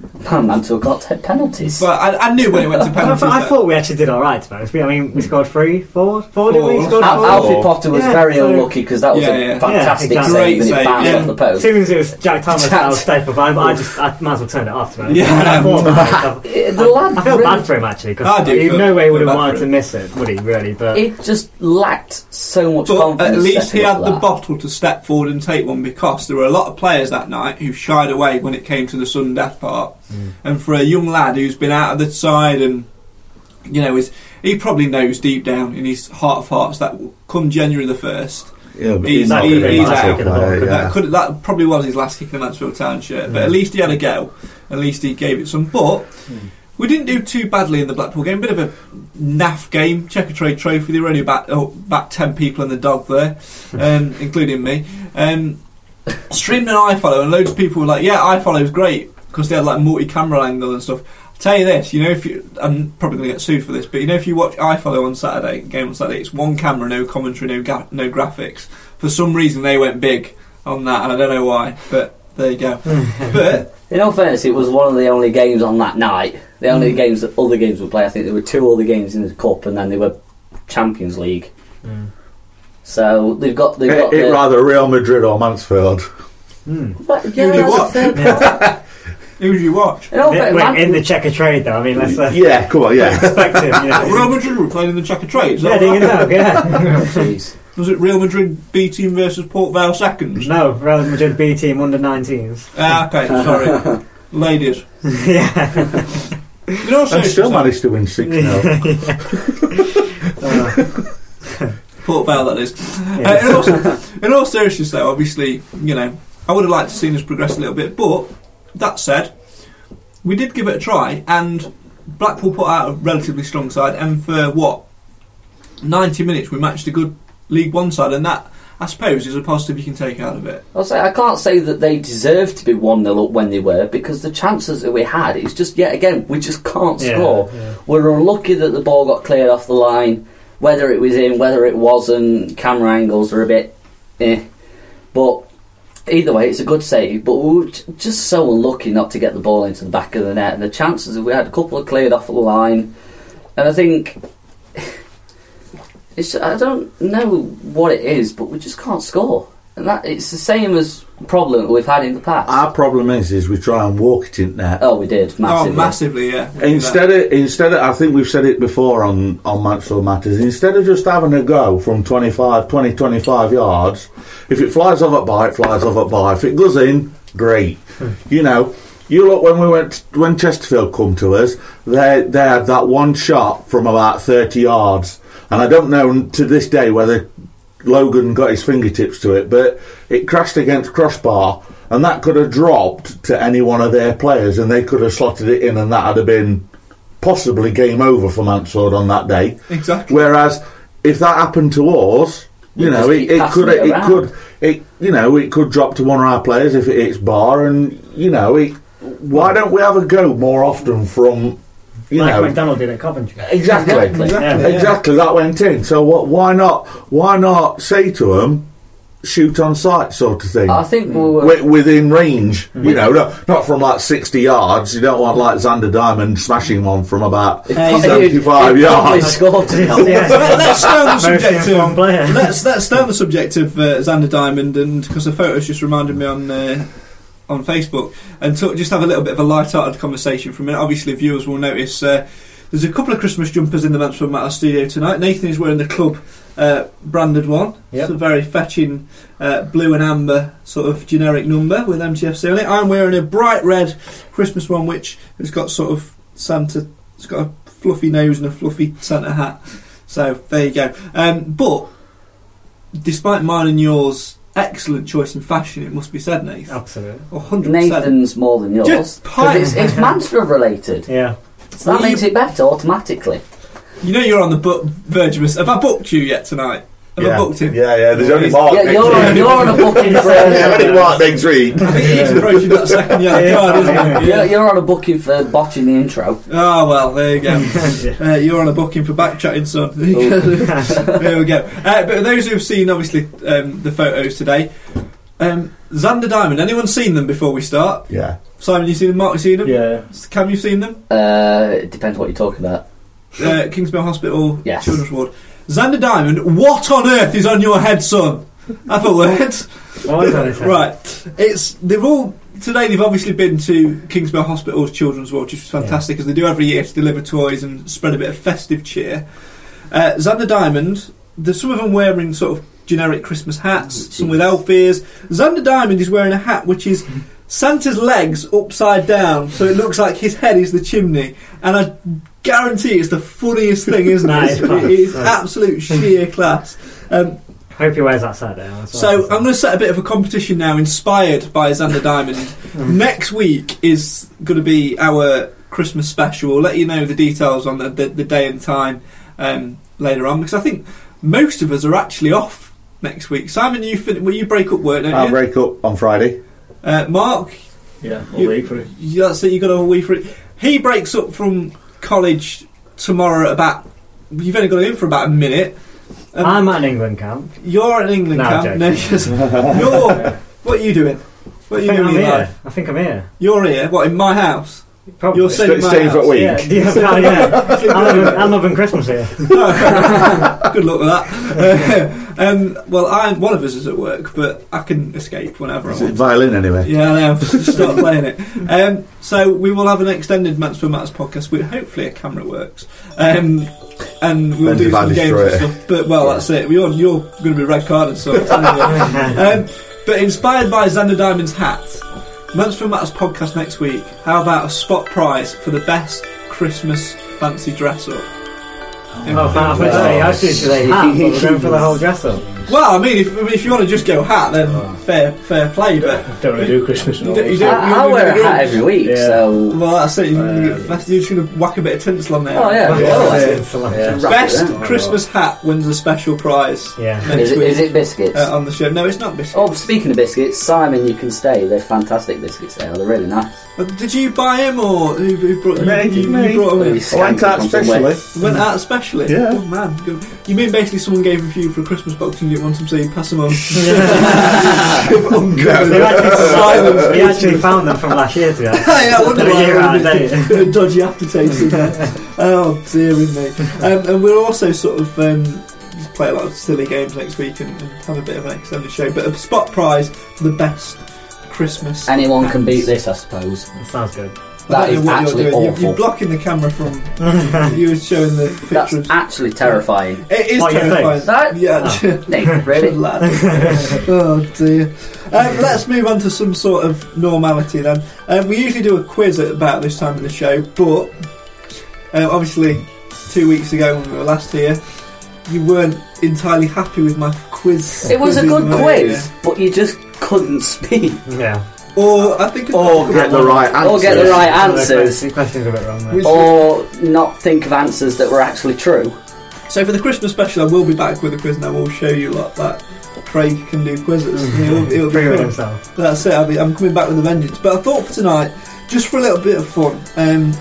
Speaker 3: Mantle got ten penalties.
Speaker 1: but I, I knew when it went to
Speaker 2: I,
Speaker 1: penalties.
Speaker 2: thought, I
Speaker 1: that-
Speaker 2: thought we actually did all right. To be honest, We- I mean, we scored three, four, four. Did we?
Speaker 1: Four.
Speaker 2: Scored
Speaker 3: Al-
Speaker 2: four.
Speaker 3: Alfie Potter was
Speaker 2: Yeah,
Speaker 3: very
Speaker 2: so-
Speaker 3: unlucky because that was
Speaker 1: Yeah,
Speaker 3: a
Speaker 1: yeah.
Speaker 3: fantastic
Speaker 2: Yeah,
Speaker 3: save
Speaker 1: great
Speaker 3: and it
Speaker 1: save,
Speaker 3: bounced
Speaker 1: yeah.
Speaker 3: off the
Speaker 2: As
Speaker 3: post.
Speaker 2: soon as it was Jack Thomas, I was
Speaker 3: Jack-
Speaker 2: staying for five, but I just I might as well turn it off. To be honest.
Speaker 1: Yeah.
Speaker 2: I, thought about it.
Speaker 3: It- the lad
Speaker 2: I feel
Speaker 3: really-
Speaker 2: bad for him actually
Speaker 1: I
Speaker 2: because
Speaker 1: do
Speaker 2: in
Speaker 1: feel-
Speaker 2: no way would
Speaker 1: feel
Speaker 2: have
Speaker 1: bad
Speaker 2: wanted
Speaker 1: for
Speaker 2: to
Speaker 1: him.
Speaker 2: miss it, would he? Really? But
Speaker 3: It just lacked so much
Speaker 1: But
Speaker 3: confidence.
Speaker 1: at least he
Speaker 3: stepping
Speaker 1: had
Speaker 3: up
Speaker 1: the
Speaker 3: that.
Speaker 1: bottle to step forward and take one because there were a lot of players that night who shied away when it came to the sudden death part. And for a young lad who's been out of the side and you know is he probably knows deep down in his heart of hearts that come January the first
Speaker 5: Yeah, but
Speaker 1: He's-
Speaker 5: not
Speaker 1: he's-
Speaker 5: a
Speaker 1: he's
Speaker 5: massive
Speaker 1: out.
Speaker 5: player,
Speaker 1: that could that probably was his last kick in the Mansfield Town shirt. But at least he had a go. At least he gave it some. But we didn't do too badly in the Blackpool game. Bit of a naff game. Checker Trade Trophy. There were only about oh, about ten people and the dog there, um, including me. Um, streamed an iFollow and loads of people were like, "Yeah, iFollow's great" because they had like multi-camera angle and stuff. I'll tell you this, you know, if you, I'm probably going to get sued for this, but you know, if you watch iFollow on Saturday, game on Saturday, it's one camera, no commentary, no ga- no graphics. For some reason, they went big on that, and I don't know why, but there you go.
Speaker 2: Hmm.
Speaker 1: but
Speaker 3: In all fairness, it was one of the only games on that night. The only
Speaker 2: Mm.
Speaker 3: games that other games would play. I think there were two other games in the cup, and then they were Champions League.
Speaker 2: Mm.
Speaker 3: So they've got they've
Speaker 5: It,
Speaker 3: got
Speaker 5: it
Speaker 3: the,
Speaker 5: rather Real Madrid or Mansfield.
Speaker 3: But, yeah,
Speaker 1: You do
Speaker 3: that's a
Speaker 1: what?
Speaker 3: fair point.
Speaker 1: who do you watch?
Speaker 3: In all
Speaker 2: Yeah,
Speaker 3: fairness,
Speaker 2: wait,
Speaker 3: Man-
Speaker 2: in the checker trade though. I mean, let's uh,
Speaker 5: Yeah, come on, yeah.
Speaker 2: respect him. You know.
Speaker 1: Real Madrid were playing in the Checker Trade. Is that
Speaker 2: yeah,
Speaker 1: what
Speaker 2: ding it
Speaker 1: happened?
Speaker 2: up. Yeah.
Speaker 3: Jeez.
Speaker 1: Was it Real Madrid B team versus Port Vale seconds?
Speaker 2: No, Real Madrid B team under 19s.
Speaker 1: Ah, okay, sorry, ladies.
Speaker 2: yeah.
Speaker 1: You know,
Speaker 5: and still
Speaker 1: seriously,
Speaker 5: managed to win six now.
Speaker 1: Port Vale, that is.
Speaker 2: Yeah.
Speaker 1: Uh, in, all, in all seriousness, though, obviously, you know, I would have liked to seen us progress a little bit, but that said, we did give it a try, and Blackpool put out a relatively strong side, and for what ninety minutes, we matched a good League One side, and that. I suppose is a positive you can take out of it.
Speaker 3: I'll say I can't say that they deserve to be one 0 up when they were because the chances that we had, it's just yet again we just can't
Speaker 2: Yeah,
Speaker 3: score.
Speaker 2: yeah.
Speaker 3: We're unlucky that the ball got cleared off the line, whether it was in, whether it wasn't. Camera angles are a bit, eh. But either way, it's a good save. But we were j- just so unlucky not to get the ball into the back of the net. And the chances that we had a couple of cleared off the line, and I think. It's, I don't know what it is, but we just can't score, and that it's the same as problem that we've had in the past.
Speaker 5: Our problem is, is we try and walk it in there.
Speaker 3: oh, we did massively.
Speaker 1: Oh, massively, yeah.
Speaker 5: Instead of, instead of, I think we've said it before on, on Mansfield Matters, instead of just having a go from 25, 20, 25 yards, if it flies off at bar, it flies off at bar. If it goes in, great. You know, You look when we went when Chesterfield come to us, they they had that one shot from about thirty yards, and I don't know to this day whether Logan got his fingertips to it, but it crashed against crossbar, and that could have dropped to any one of their players, and they could have slotted it in, and that would have been possibly game over for Mansfield on that day.
Speaker 1: Exactly.
Speaker 5: Whereas if that happened to us, you
Speaker 3: We'd
Speaker 5: know,
Speaker 3: just
Speaker 5: it,
Speaker 3: keep
Speaker 5: it
Speaker 3: passing
Speaker 5: could
Speaker 3: it
Speaker 5: it,
Speaker 3: around.
Speaker 5: could it you know it could drop to one of our players if it hits bar, and you know it. Why don't we have a go more often from you
Speaker 2: Like
Speaker 5: know
Speaker 2: McDonald did at Coventry.
Speaker 5: exactly
Speaker 1: Exactly,
Speaker 5: exactly,
Speaker 1: yeah.
Speaker 5: that went in. So what? Why not? Why not say to them, shoot on sight, sort of thing.
Speaker 3: I think we were.
Speaker 5: Wi- Within range, you know, not, not from like 60 yards. You don't want like Xander Diamond smashing one from about
Speaker 3: Hey,
Speaker 5: 75
Speaker 3: he probably
Speaker 5: yards.
Speaker 3: scored to the
Speaker 2: Yeah.
Speaker 1: Let's down the
Speaker 2: Very
Speaker 1: subject
Speaker 2: strong
Speaker 1: of
Speaker 2: player.
Speaker 1: let's let's down the subject of uh, Xander Diamond, and because the photos just reminded me on uh, on Facebook, and talk, just have a little bit of a light-hearted conversation for a minute. Obviously, viewers will notice uh, there's a couple of Christmas jumpers in the Mansfield Matter studio tonight. Nathan is wearing the club uh, branded one.
Speaker 2: Yep.
Speaker 1: It's a very fetching uh, blue and amber sort of generic number with MTFC on it. I'm wearing a bright red Christmas one, which has got sort of Santa. It's got a fluffy nose and a fluffy Santa hat. So there you go. Um, but despite mine and yours, excellent choice in fashion, it must be said, Nathan.
Speaker 2: Absolutely.
Speaker 5: Oh,
Speaker 1: A hundred percent.
Speaker 3: Nathan's more than yours.
Speaker 1: Just
Speaker 3: Because it's, it's Mansfield related.
Speaker 2: Yeah.
Speaker 3: So that
Speaker 1: Will you-
Speaker 3: makes it better automatically.
Speaker 1: You know you're on the bu- verge of. A, have I booked you yet tonight? Have I
Speaker 5: yeah.
Speaker 1: booked him?
Speaker 5: yeah, yeah, there's only Mark.
Speaker 3: yeah,
Speaker 5: next
Speaker 3: you're
Speaker 5: week.
Speaker 3: on, you're on a booking for.
Speaker 5: Yeah,
Speaker 3: Uh,
Speaker 5: only Mark next week.
Speaker 1: I think he's approaching that second yellow card, isn't he?
Speaker 3: you're, you're on a booking for botching the intro.
Speaker 1: Oh well, there you go. uh, you're on a booking for backchatting, son. There, you go. there we go. Uh, but those who have seen, obviously, um, the photos today, um, Xander Diamond. Anyone seen them before we start?
Speaker 5: Yeah.
Speaker 1: Simon, you seen them? Mark, you seen them?
Speaker 6: Yeah.
Speaker 1: Cam, you've seen them?
Speaker 3: Uh, it depends what you're talking about.
Speaker 1: Uh, Kingsmill Hospital,
Speaker 3: Yes.
Speaker 1: Children's Ward. Xander Diamond, what on earth is on your head, son? Have a word.
Speaker 2: What was that?
Speaker 1: right. It's they've all today. They've obviously been to Kingsmill Hospital's Children's Ward, which is fantastic as they do every year to deliver toys and spread a bit of festive cheer. Uh, Xander Diamond. There's some of them wearing sort of generic Christmas
Speaker 2: Mm-hmm.
Speaker 1: hats, some with elf ears. Xander Diamond is wearing a hat which is
Speaker 2: Mm-hmm.
Speaker 1: Santa's legs upside down, so it looks like his head is the chimney. And I guarantee it's the funniest thing, isn't
Speaker 2: Nah,
Speaker 1: it?
Speaker 2: it's class.
Speaker 1: It is
Speaker 2: Right.
Speaker 1: absolute sheer class. Um,
Speaker 2: Hope he wears that Saturday. that's what
Speaker 1: so
Speaker 2: I
Speaker 1: I'm going to set a bit of a competition now, inspired by Xander Diamond. Next week is going to be our Christmas special. We'll let you know the details on the, the, the day and time um, later on because I think most of us are actually off next week. Simon, you fin- well, you break up work, don't
Speaker 5: I'll
Speaker 1: you?
Speaker 5: break up on Friday.
Speaker 1: uh, Mark,
Speaker 6: Yeah. All
Speaker 1: You-
Speaker 6: week for it.
Speaker 1: you- that's it. You got a week for it. He breaks up from college tomorrow. At about you've only got him for about a minute.
Speaker 2: said.
Speaker 1: Um,
Speaker 2: I'm at an England camp.
Speaker 1: You're in England,
Speaker 2: No, I'm
Speaker 1: Cam.
Speaker 2: joking.
Speaker 1: No, just- you're. What are you doing? What
Speaker 2: I
Speaker 1: are you
Speaker 2: think
Speaker 1: doing?
Speaker 2: I'm
Speaker 1: with your life?
Speaker 2: here. I think I'm here.
Speaker 1: You're here, what, in my house?
Speaker 2: Probably.
Speaker 1: You're staying in my
Speaker 5: Stay for
Speaker 1: house.
Speaker 5: a week.
Speaker 2: Yeah, oh, yeah, well, yeah. I'm, loving, I'm loving Christmas here.
Speaker 1: Good luck with that. um, well, I'm, one of us is at work, but I can escape whenever I
Speaker 5: It's a
Speaker 1: want.
Speaker 5: violin anyway.
Speaker 1: Yeah, I know. Stop playing it. Um, so we will have an extended Mats for Mats podcast. With hopefully a camera works, um, and we'll
Speaker 5: Depends
Speaker 1: do
Speaker 5: if I
Speaker 1: some games
Speaker 5: destroy
Speaker 1: and
Speaker 5: it.
Speaker 1: stuff. But well, that's it. You're, you're going to be red carded, so. I'm telling you. Um, but inspired by Xander Diamond's hat, Mansfield Matters podcast next week. How about a spot prize for the best Christmas fancy dress up?
Speaker 6: Oh,
Speaker 2: Well, I was today, uh, I was doing today, hat, but we're going for the whole dress up.
Speaker 1: Well, I mean, if, I mean, if you want to just go hat, then fair fair play. But
Speaker 6: Oh. Don't really do Christmas and all.
Speaker 1: You don't- you
Speaker 6: that.
Speaker 1: don't-
Speaker 3: I, I
Speaker 1: you're
Speaker 3: wear a
Speaker 1: gonna
Speaker 3: hat
Speaker 1: do-
Speaker 3: every week,
Speaker 6: Yeah.
Speaker 3: so.
Speaker 1: well, that's it. You, you, that's, you're just going to whack a bit of tinsel on there.
Speaker 3: Oh, yeah.
Speaker 2: Yeah.
Speaker 3: well,
Speaker 2: Yeah.
Speaker 3: that's it.
Speaker 2: Yeah.
Speaker 3: Wrap it
Speaker 1: Best
Speaker 3: then.
Speaker 1: Christmas hat wins a special prize.
Speaker 2: Yeah.
Speaker 1: next
Speaker 3: Is it,
Speaker 1: week,
Speaker 3: is it biscuits?
Speaker 1: uh, on the show? No, it's not biscuit.
Speaker 3: oh, speaking of biscuits, Simon, you can stay. They're fantastic biscuits. They are. They're really nice.
Speaker 1: Uh, Did you buy him or who, who brought him? You, you brought him in.
Speaker 3: Really
Speaker 5: I went
Speaker 3: skanky
Speaker 5: out
Speaker 3: from somewhere.
Speaker 5: specially.
Speaker 1: Went out especially.
Speaker 5: Yeah.
Speaker 1: Good man. Good. You mean basically someone gave him a few for a Christmas box and you didn't want him, so you pass them on?
Speaker 2: They
Speaker 1: Silence.
Speaker 2: actually, they actually found them from last year, to be honest.
Speaker 1: yeah, I wonder
Speaker 2: They're a
Speaker 1: why
Speaker 2: year out of
Speaker 1: everybody-
Speaker 2: date.
Speaker 1: bit of dodgy aftertaste in there. Oh dear me! Um, and we'll also sort of um, just play a lot of silly games next week and, and have a bit of an extended show. But a spot prize for the best Christmas.
Speaker 3: Anyone can beat
Speaker 1: hats.
Speaker 3: this, I suppose.
Speaker 2: That sounds good.
Speaker 1: I don't
Speaker 3: That
Speaker 1: know
Speaker 3: is
Speaker 1: what
Speaker 3: actually
Speaker 1: you're doing. You're,
Speaker 3: awful.
Speaker 1: you're blocking the camera from. you were showing the
Speaker 3: That's
Speaker 1: pictures.
Speaker 3: actually terrifying.
Speaker 1: it is
Speaker 2: What, your
Speaker 1: terrifying.
Speaker 2: face?
Speaker 3: That?
Speaker 1: Yeah.
Speaker 3: Nathan, really?
Speaker 1: Lad. oh dear. Um, let's move on to some sort of normality then. Um, we usually do a quiz at about this time of the show, but uh, obviously, two weeks ago when we were last here, you weren't entirely happy with my quiz.
Speaker 3: It was a
Speaker 1: quizzing
Speaker 3: good
Speaker 1: earlier.
Speaker 3: quiz, but you just couldn't speak
Speaker 2: Yeah.
Speaker 1: Or I think.
Speaker 5: Or get the right answer.
Speaker 3: or get the right answers,
Speaker 2: The question's a bit wrong there.
Speaker 1: Which-
Speaker 3: or not think of answers that were actually true.
Speaker 1: So for the Christmas special, I will be back with a quiz, and I will show you lot that Craig can do quizzes. It'll, it'll be
Speaker 2: Figure it
Speaker 1: fun.
Speaker 2: himself.
Speaker 1: That's it. I'll be, I'm coming back with a vengeance. But I thought for tonight, just for a little bit of fun, um,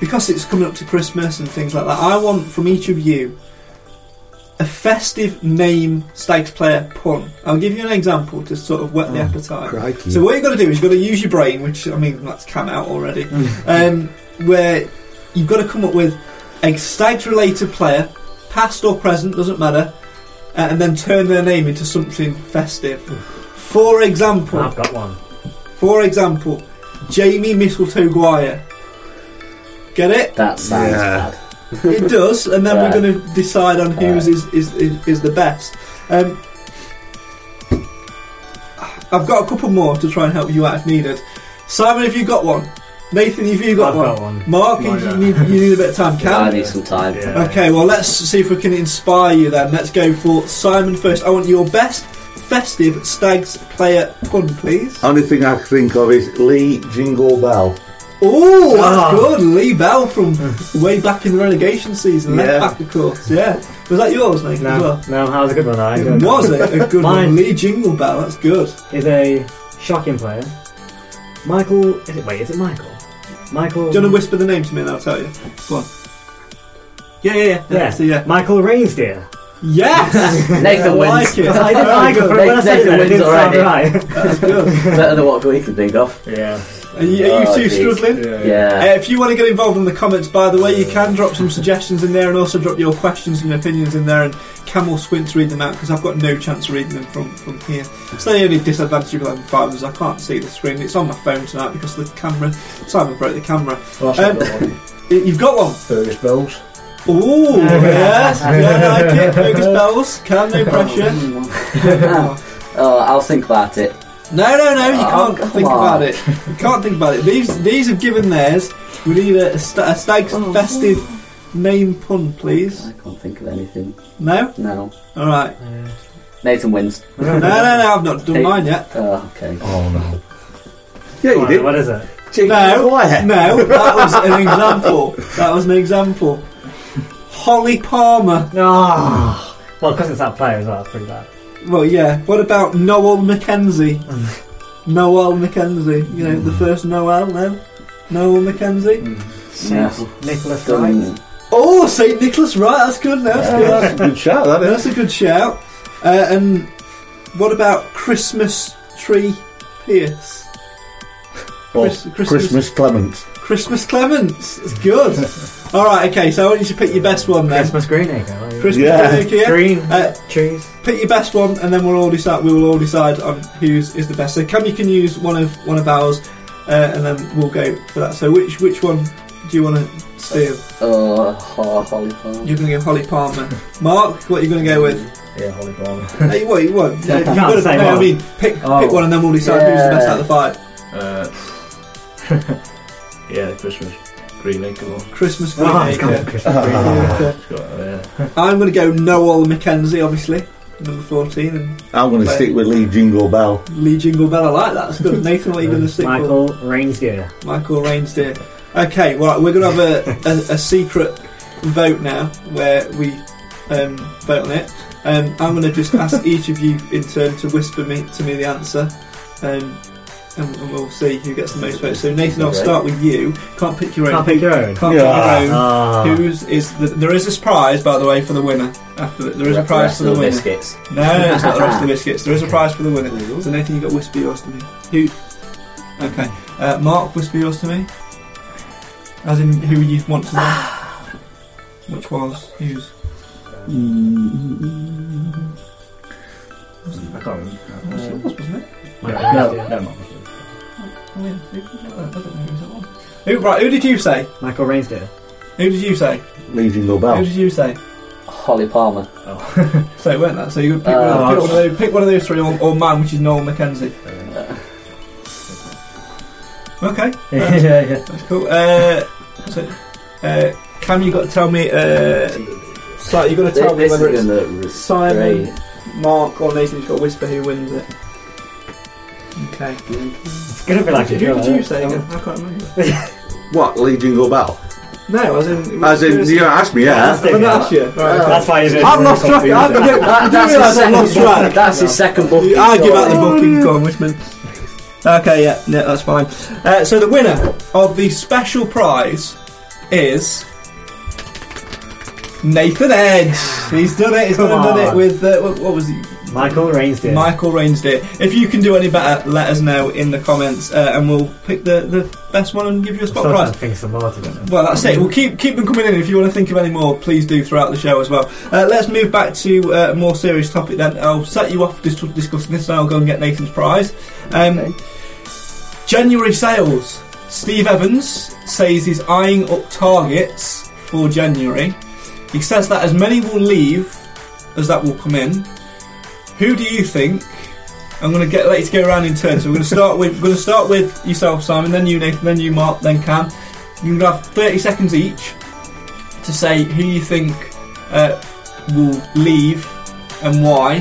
Speaker 1: because it's coming up to Christmas and things like that, I want from each of you a festive name Stags player pun. I'll give you an example to sort of whet the appetite.
Speaker 5: Crikey.
Speaker 1: So what you've got to do is you've got to use your brain, which I mean that's come out already. um, where you've got to come up with a stags-related player, past or present, doesn't matter, uh, and then turn their name into something festive. For example,
Speaker 2: I've got one.
Speaker 1: for example, Jamie Mistletoe Guire. Get it?
Speaker 3: That sounds
Speaker 5: Yeah.
Speaker 3: bad.
Speaker 1: It does, and then
Speaker 3: Right.
Speaker 1: we're going to decide on whose
Speaker 3: Right.
Speaker 1: is, is, is, is the best. Um, I've got a couple more to try and help you out if needed. Simon, have you got one? Nathan, have you got
Speaker 2: I've
Speaker 1: one?
Speaker 2: got one.
Speaker 1: Mark,
Speaker 6: Mine,
Speaker 1: you,
Speaker 6: yeah.
Speaker 1: need, you need a bit of time. Cam?
Speaker 3: I need some time.
Speaker 2: Yeah.
Speaker 1: Okay, well, let's see if we can inspire you then. Let's go for Simon first. I want your best festive Stags player pun, please.
Speaker 5: Only thing I can think of is Lee Jingle Bell.
Speaker 1: Oh, that's
Speaker 2: Ah.
Speaker 1: good. Lee Bell from way back in the relegation season.
Speaker 5: Yeah.
Speaker 1: Left back, of course. Yeah. Was that yours, Nathan, as
Speaker 2: No,
Speaker 1: well?
Speaker 2: no, that was a good one. I don't know.
Speaker 1: Was it a good one?
Speaker 2: Mine.
Speaker 1: Lee Jingle Bell, that's good.
Speaker 2: Is a shocking player. Michael. Is it? Wait, is it Michael? Michael.
Speaker 1: Do you want to whisper the name to me and I'll tell you? Go on. Yeah, yeah, yeah.
Speaker 2: Yeah.
Speaker 1: So, yeah.
Speaker 2: Michael Rainsdeer.
Speaker 1: Yes!
Speaker 3: Nathan
Speaker 1: I
Speaker 3: wins.
Speaker 1: like it.
Speaker 2: I didn't like it, but when I said
Speaker 3: Nathan
Speaker 2: that, it
Speaker 3: wins
Speaker 2: didn't sound
Speaker 3: already.
Speaker 2: right.
Speaker 1: That's good.
Speaker 3: Better than what we can think of.
Speaker 6: Yeah.
Speaker 1: Are you, are you
Speaker 3: Oh,
Speaker 1: two
Speaker 3: geez.
Speaker 1: struggling? Uh,
Speaker 3: Yeah.
Speaker 1: if you want to get involved in the comments, by the way, you can drop some suggestions in there and also drop your questions and opinions in there. And Cam will squint to read them out because I've got no chance of reading them from, from here. It's the only disadvantage of having five is I can't see the screen. It's on my phone tonight because the camera. Simon broke the camera.
Speaker 6: Well, that's
Speaker 1: Um,
Speaker 6: not the one.
Speaker 1: Y- You've got one.
Speaker 6: Fergus Bells.
Speaker 1: Ooh, yes. Yeah, I like it. Focus bells. Cam, no pressure. no,
Speaker 3: Oh, I'll think about it.
Speaker 1: no, no. You
Speaker 3: Oh,
Speaker 1: can't
Speaker 3: come
Speaker 1: think
Speaker 3: on.
Speaker 1: about it. You can't think about it. These these have given theirs. We need a, st- a stag's
Speaker 3: Oh.
Speaker 1: festive name pun, please.
Speaker 3: I can't think of anything.
Speaker 1: No?
Speaker 3: No.
Speaker 1: Alright.
Speaker 3: Nathan wins.
Speaker 1: No, no, no, I've not done
Speaker 3: Hey.
Speaker 1: mine yet.
Speaker 3: Oh, okay.
Speaker 5: Oh no. Yeah, you
Speaker 2: What-
Speaker 5: did.
Speaker 2: What is it?
Speaker 5: Jingle
Speaker 1: No,
Speaker 5: Wire.
Speaker 1: no, that was an example. That was an example. Holly Palmer.
Speaker 2: No. Ah, Well, because it's that player as well. It's pretty bad.
Speaker 1: Well, yeah. What about Noel McKenzie?
Speaker 5: Mm.
Speaker 1: Noel McKenzie. You know, the first Noel, no? Noel McKenzie.
Speaker 5: Mm.
Speaker 3: Yeah.
Speaker 2: Nicholas Wright.
Speaker 3: Done.
Speaker 1: Oh, St. Nicholas, right, that's good, that's good.
Speaker 5: That's a good shout, that is.
Speaker 1: That's a good shout. Uh, and what about Christmas Tree Pierce?
Speaker 5: Or
Speaker 1: Chris- Christmas-
Speaker 5: Oh, Christmas Clements.
Speaker 1: Christmas Clements. It's good. All right, okay. So I want you to pick your best one then.
Speaker 2: Christmas Green Acre.
Speaker 1: Christmas
Speaker 5: Yeah.
Speaker 1: cake, yeah.
Speaker 2: Green
Speaker 1: Uh,
Speaker 2: trees.
Speaker 1: Pick your best one, and then we'll all decide. We will all decide on whose is the best. So Cam, you can use one of one of ours, uh, and then we'll go for that. So which which one do you want to steal?
Speaker 3: Oh, ho- Holly Palmer.
Speaker 1: You're going to go Holly Palmer. Mark, what are you going to go with?
Speaker 6: Yeah, Holly Palmer.
Speaker 1: Hey, what you want? Yeah,
Speaker 3: You
Speaker 1: you've
Speaker 2: can't
Speaker 1: got to-
Speaker 2: say
Speaker 1: no, I
Speaker 2: one.
Speaker 1: mean, pick
Speaker 6: Oh.
Speaker 1: pick one, and then we'll decide who's the best out of the five.
Speaker 6: Uh, yeah, Christmas. Green Lake, come on.
Speaker 1: Christmas. Green
Speaker 2: Oh, it's
Speaker 1: Acre.
Speaker 2: called Christmas Green Acre.
Speaker 1: Okay.
Speaker 6: It's got, uh,
Speaker 1: I'm going to go Noel McKenzie, obviously, number fourteen, and
Speaker 5: I'm going to
Speaker 1: But-
Speaker 5: stick with Lee Jingle Bell.
Speaker 1: Lee Jingle Bell. I like that. That's good. Nathan, what are you going to stick for?
Speaker 2: Michael Rainsdeer.
Speaker 1: Michael Rainsdeer. Okay, well, we're going to have a, a, a secret vote now where we um, vote on it. Um, I'm going to just ask each of you in turn to whisper me to me the answer, um, and, and we'll see who gets the most votes. So Nathan, I'll start with you. Can't pick your
Speaker 2: Can't
Speaker 1: own.
Speaker 2: pick your own. Ah.
Speaker 1: Can't
Speaker 5: Yeah.
Speaker 1: pick your own. Who's is the, there is this prize by the way for the winner. After the, there is a prize for the winner.
Speaker 3: biscuits.
Speaker 1: No, no, it's not the rest of the biscuits. There is a prize for the winner. So Nathan, you got to whisper yours to me. Who? Okay, uh, Mark, whisper yours to me. As in, who you want to know? Which was whose?
Speaker 6: I can't remember.
Speaker 1: What's yours, wasn't it?
Speaker 2: Michael
Speaker 6: No,
Speaker 2: Rainsdeer.
Speaker 6: never mind.
Speaker 1: Oh, yeah. Who- I don't know who's that one. Who? Right. Who did you say?
Speaker 2: Michael Rainsdeer.
Speaker 1: Who did you say?
Speaker 5: Lee Jingle
Speaker 1: Who
Speaker 5: Bell.
Speaker 1: did you say?
Speaker 3: Holly Palmer.
Speaker 1: Oh. so it went that. So you would pick, one, of-
Speaker 3: Uh,
Speaker 1: pick, one, of those, pick one of those three, or, or man, which is Noel McKenzie. Okay,
Speaker 2: yeah, yeah.
Speaker 1: that's cool. Uh, so, uh, Cam, you got to tell me. Uh, so you got to tell me
Speaker 3: This
Speaker 1: whether it's
Speaker 3: is going to
Speaker 1: Simon, Mark, or Nathan. You've got to whisper who wins it. Okay.
Speaker 2: It's gonna be like
Speaker 1: Who
Speaker 2: a
Speaker 1: did
Speaker 2: drill,
Speaker 1: you say
Speaker 2: yeah.
Speaker 1: again? I can't remember.
Speaker 5: What, Lead Jingle Bell?
Speaker 1: No, as in.
Speaker 5: As in, you asked me, yeah.
Speaker 1: But that's you. Right, okay.
Speaker 2: That's why he's.
Speaker 1: I've lost track. I've been getting-
Speaker 3: That,
Speaker 1: Did you
Speaker 3: that's
Speaker 1: realise I've
Speaker 3: his second
Speaker 1: lost track?
Speaker 3: book. That's his second book.
Speaker 1: I give out the
Speaker 3: Sorry.
Speaker 1: book and go on, Whitman. Okay, yeah, no, that's fine. Uh, so the winner of the special prize is Nathan Edge. He's done it. He's
Speaker 2: Come
Speaker 1: gone and done it
Speaker 2: on.
Speaker 1: with uh, what, what was he?
Speaker 2: Michael Rainsdeer.
Speaker 1: Michael Rainsdeer. If you can do any better, let us know in the comments, uh, and we'll pick the, the best one and give you a spot
Speaker 2: Still trying
Speaker 1: prize.
Speaker 2: to think some more to it.
Speaker 1: Well, that's it. We'll keep keep them coming in. If you want to think of any more, please do throughout the show as well. Uh, let's move back to uh, a more serious topic then. I'll set you off dis- discussing this, and I'll go and get Nathan's prize. Um, January sales. Steve Evans says he's eyeing up targets for January. He says that as many will leave as that will come in. Who do you think? I'm going to get let you go around in turn. So we're going to start with we're going to start with yourself, Simon. Then you, Nathan. Then you, Mark. Then Cam. You're going to have 30 seconds each to say who you think uh, will leave and why.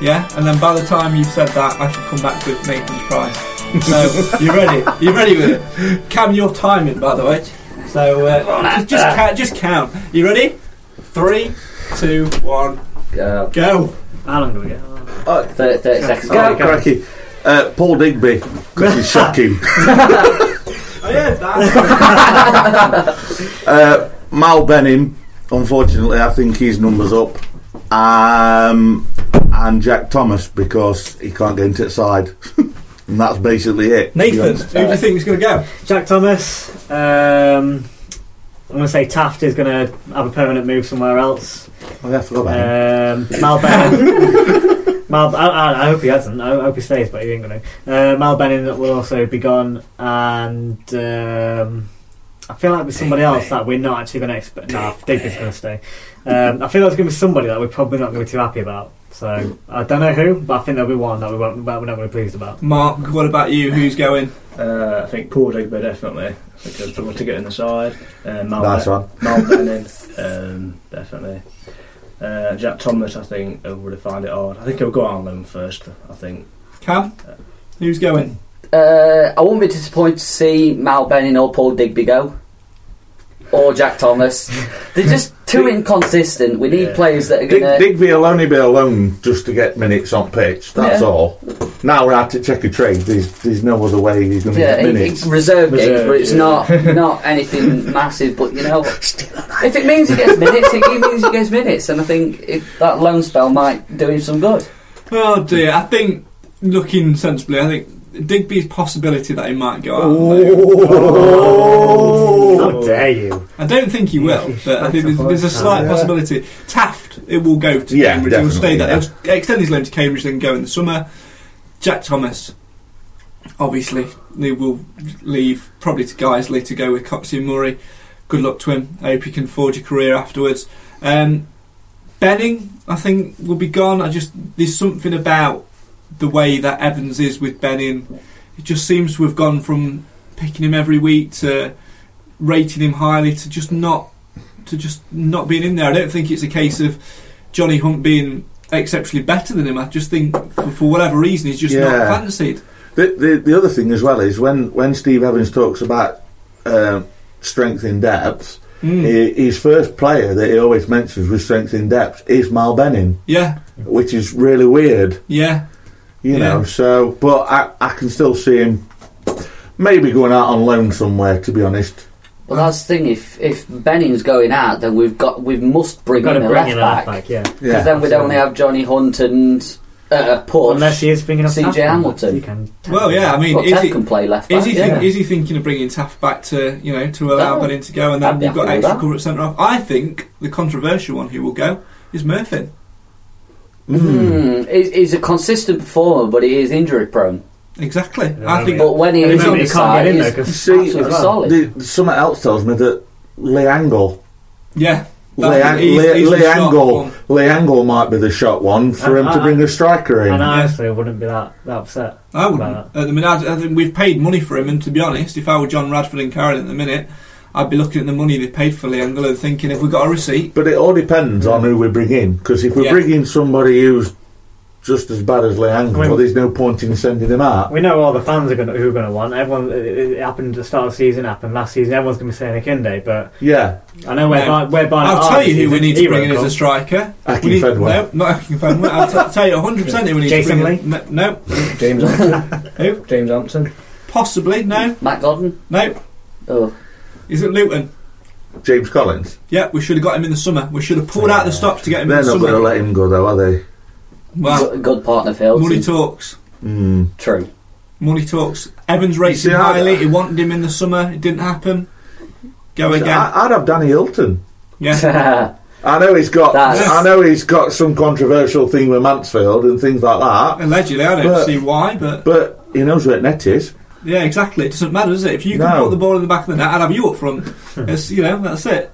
Speaker 1: Yeah, and then by the time you've said that, I should come back with Nathan's prize. So you ready? You ready with it? Cam, your timing, by the way. So uh, just just count, just count. You ready? Three, two, one,
Speaker 3: Go.
Speaker 1: go.
Speaker 2: How long do we get?
Speaker 3: 30, 30 uh, seconds.
Speaker 5: Oh, crikey. Uh, Paul Digby, because he's shocking.
Speaker 1: Oh yeah, that.
Speaker 5: Uh, Mal Benham, unfortunately, I think his number's up. Um, and Jack Thomas, because he can't get into the side. and that's basically it. to be
Speaker 1: Nathan,
Speaker 5: honest.
Speaker 1: who do you think is going to go?
Speaker 2: Jack Thomas. Um, I'm going to say Taft is going to have a permanent move somewhere else.
Speaker 5: Oh, yeah, I forgot about him.
Speaker 2: Um, Mal Benning. Mal, I, I, I hope he hasn't. I hope he stays, but he ain't going to. Uh, Mal Benning will also be gone, and um, I feel like there's somebody else that we're not actually going to expect. No, Digby's going to stay. Um, I feel like there's going to be somebody that we're probably not going to be too happy about. So I don't know who, but I think there'll be one that we won't, that we're not going to be pleased about.
Speaker 1: Mark, what about you? Who's going?
Speaker 6: Uh, I think Paul Digby definitely. I think he'll struggle to get in the side. Uh, Mal
Speaker 5: Nice
Speaker 6: Ben-
Speaker 5: one.
Speaker 6: Mal Benning, um, definitely. Uh, Jack Thomas, I think, uh, would have found it hard. I think he'll go out on loan first. I think.
Speaker 1: Cam, who's going?
Speaker 3: Uh, I wouldn't be disappointed to see Mal Benning or Paul Digby go. Or Jack Thomas. They're just too inconsistent. We need
Speaker 6: Yeah.
Speaker 3: players that are
Speaker 5: Dig-
Speaker 3: going to.
Speaker 5: Digby will only be alone just to get minutes on pitch. That's
Speaker 3: Yeah.
Speaker 5: all. Now we have to check a trade. There's, there's no other way he's going to
Speaker 3: Yeah,
Speaker 5: get
Speaker 3: it-
Speaker 5: minutes.
Speaker 3: it's reserve games,
Speaker 6: Reserve,
Speaker 3: but it's
Speaker 6: yeah.
Speaker 3: not not anything massive. But you know, if it means he gets minutes, it means he gets minutes, and I think it, that loan spell might do him some good.
Speaker 1: Oh dear, I think looking sensibly, I think Digby's possibility that he might go out.
Speaker 5: Oh.
Speaker 3: Oh!
Speaker 2: How dare you?
Speaker 1: I don't think he will, but I think there's, there's a slight possibility. Taft, it will go to
Speaker 5: Yeah,
Speaker 1: Cambridge. He'll stay
Speaker 5: definitely,
Speaker 1: there.
Speaker 5: yeah.
Speaker 1: He'll extend his loan to Cambridge, then go in the summer. Jack Thomas, obviously, he will leave probably to Geisley to go with Coxie and Murray. Good luck to him. I hope he can forge a career afterwards. Um, Benning, I think, will be gone. I just there's something about the way that Evans is with Benning. It just seems to have gone from picking him every week to rating him highly to just not to just not being in there. I don't think it's a case of Johnny Hunt being exceptionally better than him. I just think for, for whatever reason he's just
Speaker 5: Yeah.
Speaker 1: not fancied.
Speaker 5: The, the, the other thing as well is when, when Steve Evans talks about um, strength in depth,
Speaker 1: Mm.
Speaker 5: He- His first player that he always mentions with strength in depth is Mal Benning,
Speaker 1: Yeah,
Speaker 5: which is really weird,
Speaker 1: yeah.
Speaker 5: you
Speaker 1: Yeah.
Speaker 5: know. So, but I, I can still see him maybe going out on loan somewhere. To be honest,
Speaker 3: Well, that's the thing. If if Benning's going out, then we've got we must bring
Speaker 2: We've got to
Speaker 3: in a
Speaker 2: bring
Speaker 3: left
Speaker 2: in a left
Speaker 3: back
Speaker 2: back, yeah.
Speaker 3: because
Speaker 5: yeah,
Speaker 3: then we'd only have Johnny Hunt and uh, Push.
Speaker 2: Unless he is bringing up
Speaker 3: CJ
Speaker 2: Taft, then
Speaker 3: Hamilton.
Speaker 2: he can-
Speaker 1: Well, yeah. I mean,
Speaker 3: well,
Speaker 1: is
Speaker 3: Taff
Speaker 1: he,
Speaker 3: can play left back.
Speaker 1: is he
Speaker 3: yeah.
Speaker 1: think, is he thinking of bringing Taft back to you know to allow
Speaker 3: No.
Speaker 1: Benning to go and
Speaker 3: I'd
Speaker 1: then
Speaker 3: be
Speaker 1: you've got
Speaker 3: happy with
Speaker 1: extra
Speaker 3: that.
Speaker 1: cover at centre half? I think the controversial one who will go is Murphy.
Speaker 3: Hmm, he's, he's a consistent performer, but he is injury prone.
Speaker 1: Exactly.
Speaker 2: Yeah,
Speaker 1: I think
Speaker 2: yeah.
Speaker 3: But when he
Speaker 2: And
Speaker 3: is
Speaker 2: remember,
Speaker 3: on
Speaker 2: he
Speaker 3: the
Speaker 2: can't
Speaker 3: side,
Speaker 2: get in
Speaker 3: he's
Speaker 2: there 'cause-
Speaker 5: See, uh,
Speaker 3: absolutely
Speaker 2: as well.
Speaker 3: solid.
Speaker 5: the, someone else tells me that Lee Angle
Speaker 1: yeah. That- he's- he's the shot one.
Speaker 5: Leangle Leangle might be the shot one for
Speaker 2: And
Speaker 5: him to
Speaker 2: I-
Speaker 5: bring a striker in.
Speaker 2: And I honestly wouldn't be that, that upset.
Speaker 1: I would.
Speaker 2: about
Speaker 1: At the minute, I, I think we've paid money for him, and to be honest, if I were John Radford and Carroll at the minute, I'd be looking at the money they paid for Leangle and thinking, have we got a receipt?
Speaker 5: But it all depends on who we bring in. Because if we
Speaker 1: Yeah.
Speaker 5: bring in somebody who's just as bad as Leangle,
Speaker 2: I mean-
Speaker 5: there's no point in sending him out.
Speaker 2: We know all the fans are going to, who are going to want. Everyone, it, it happened at the start of the season, happened last season. Everyone's going to be saying Akinde, but
Speaker 5: Yeah,
Speaker 2: I know we're,
Speaker 1: No.
Speaker 2: buy- we're buying.
Speaker 1: I'll
Speaker 2: it
Speaker 1: tell
Speaker 2: hard
Speaker 1: you
Speaker 2: this
Speaker 1: who we
Speaker 2: season.
Speaker 1: need to
Speaker 2: He
Speaker 1: bring in
Speaker 2: won't
Speaker 1: as
Speaker 2: come.
Speaker 1: a striker.
Speaker 5: Akin
Speaker 1: We need-
Speaker 5: Fenway.
Speaker 1: No, not Akin Fenway. I'll t- tell you 100% who we need
Speaker 2: Jason
Speaker 1: to bring in. No, no,
Speaker 6: James Hampton. Who? James Hampton.
Speaker 1: possibly. No,
Speaker 3: Matt Godden.
Speaker 1: no.
Speaker 3: Oh,
Speaker 1: Is it Luton?
Speaker 5: James Collins.
Speaker 1: Yeah, we should have got him in the summer. We should have pulled out the stops to get him
Speaker 5: They're
Speaker 1: in the
Speaker 5: not going
Speaker 1: summer.
Speaker 5: to let him go, though, are they?
Speaker 1: well,
Speaker 3: good, good partner failed.
Speaker 1: money talks.
Speaker 5: Mm.
Speaker 3: True.
Speaker 1: Money talks. Evans rates
Speaker 5: see,
Speaker 1: him
Speaker 5: I-
Speaker 1: highly. He wanted him in the summer. It didn't happen. Go
Speaker 5: So
Speaker 1: again.
Speaker 5: I, I'd have Danny Hilton.
Speaker 1: Yeah.
Speaker 3: That's
Speaker 5: I know he's got.
Speaker 3: That's-
Speaker 5: I know he's got some controversial thing with Mansfield and things like that.
Speaker 1: Allegedly, I don't
Speaker 5: But-
Speaker 1: see why, but
Speaker 5: But he knows where net is.
Speaker 1: yeah, exactly. It doesn't matter, does it? If you can
Speaker 5: No.
Speaker 1: put the ball in the back of the net, I'd have you up front. it's, you know, that's it.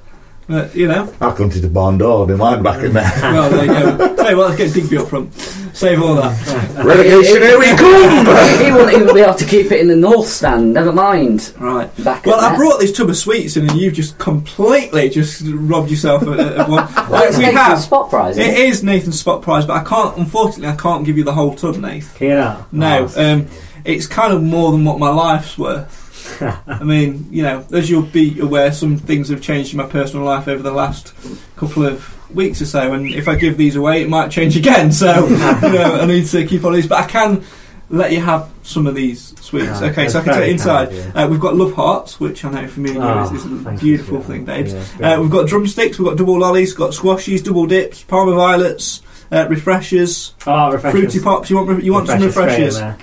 Speaker 1: But, you know,
Speaker 5: I come to the barn door. They mind back in there.
Speaker 1: well, there you go. Tell you what, let's get Digby up front. Save all that.
Speaker 5: Relegation, here we come.
Speaker 3: he wouldn't even be able to keep it in the north stand. Never mind.
Speaker 1: Right.
Speaker 3: Back.
Speaker 1: Well,
Speaker 3: at
Speaker 1: I
Speaker 3: net.
Speaker 1: brought this tub of sweets in, and you've just completely just robbed yourself of, of one.
Speaker 3: Well,
Speaker 1: Like,
Speaker 3: it's
Speaker 1: we
Speaker 3: Nathan's
Speaker 1: have.
Speaker 3: spot prize. isn't
Speaker 1: It
Speaker 3: it?
Speaker 1: is Nathan's spot prize, but I can't. Unfortunately, I can't give you the whole tub, Nath.
Speaker 2: Can you not?
Speaker 1: No,
Speaker 2: Oh,
Speaker 1: um, it's kind of more than what my life's worth. I mean, you know, as you'll be aware, some things have changed in my personal life over the last couple of weeks or so, and if I give these away, it might change again. So, you know, I need to keep on these, but I can let you have some of these sweets.
Speaker 2: Yeah,
Speaker 1: okay, so I can
Speaker 2: Ah, that's
Speaker 1: take
Speaker 2: very
Speaker 1: it inside.
Speaker 2: kind of
Speaker 1: Uh, we've got love hearts, which I know for me and you
Speaker 2: Oh,
Speaker 1: is, is a
Speaker 2: thank you,
Speaker 1: beautiful
Speaker 2: yeah.
Speaker 1: thing, babes.
Speaker 2: Yeah,
Speaker 1: Uh, we've got drumsticks, we've got double lollies, got squashies, double dips, parma violets, uh, refreshers,
Speaker 2: oh, refreshers.
Speaker 1: fruity pops. You want re- you want some
Speaker 2: straight in
Speaker 1: refreshers?
Speaker 2: there.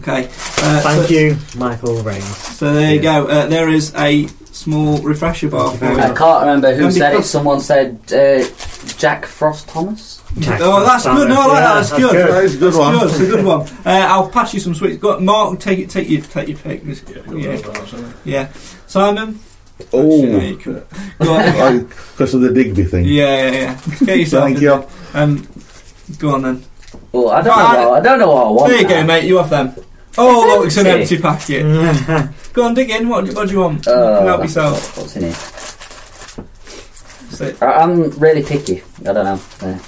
Speaker 1: Okay. Uh,
Speaker 2: Thank
Speaker 1: so,
Speaker 2: you, Michael Rains.
Speaker 1: So there you go. Uh, there is a small refresher bar for
Speaker 2: Thank
Speaker 1: you.
Speaker 2: you.
Speaker 3: I can't remember who
Speaker 1: And
Speaker 3: said it.
Speaker 1: because-
Speaker 3: Someone said uh, Jack Frost Thomas.
Speaker 1: Oh, that's good. No, I like that. That's good.
Speaker 5: That is a good one.
Speaker 1: Good, it's a good one. Uh, I'll pass you some sweets. Go, Mark, take it. Take your take your pick. This- Yeah, yeah. Simon. Actually, no, you
Speaker 5: Oh,
Speaker 1: can- Go on.
Speaker 5: because of the Digby thing.
Speaker 1: Yeah, yeah, yeah. Get yourself.
Speaker 5: Thank
Speaker 1: in
Speaker 5: you.
Speaker 1: there. Um, go on then.
Speaker 3: Well, I don't
Speaker 1: Right.
Speaker 3: know. What, I don't know what I want.
Speaker 1: There you
Speaker 3: now.
Speaker 1: go, mate. You have them. Oh, look, it's an
Speaker 3: empty.
Speaker 1: empty packet. Go on, dig in. What, what do you want?
Speaker 3: Uh,
Speaker 1: Help yourself.
Speaker 3: What's in here?
Speaker 1: That's it.
Speaker 3: I- I'm really picky. I don't know. Yeah,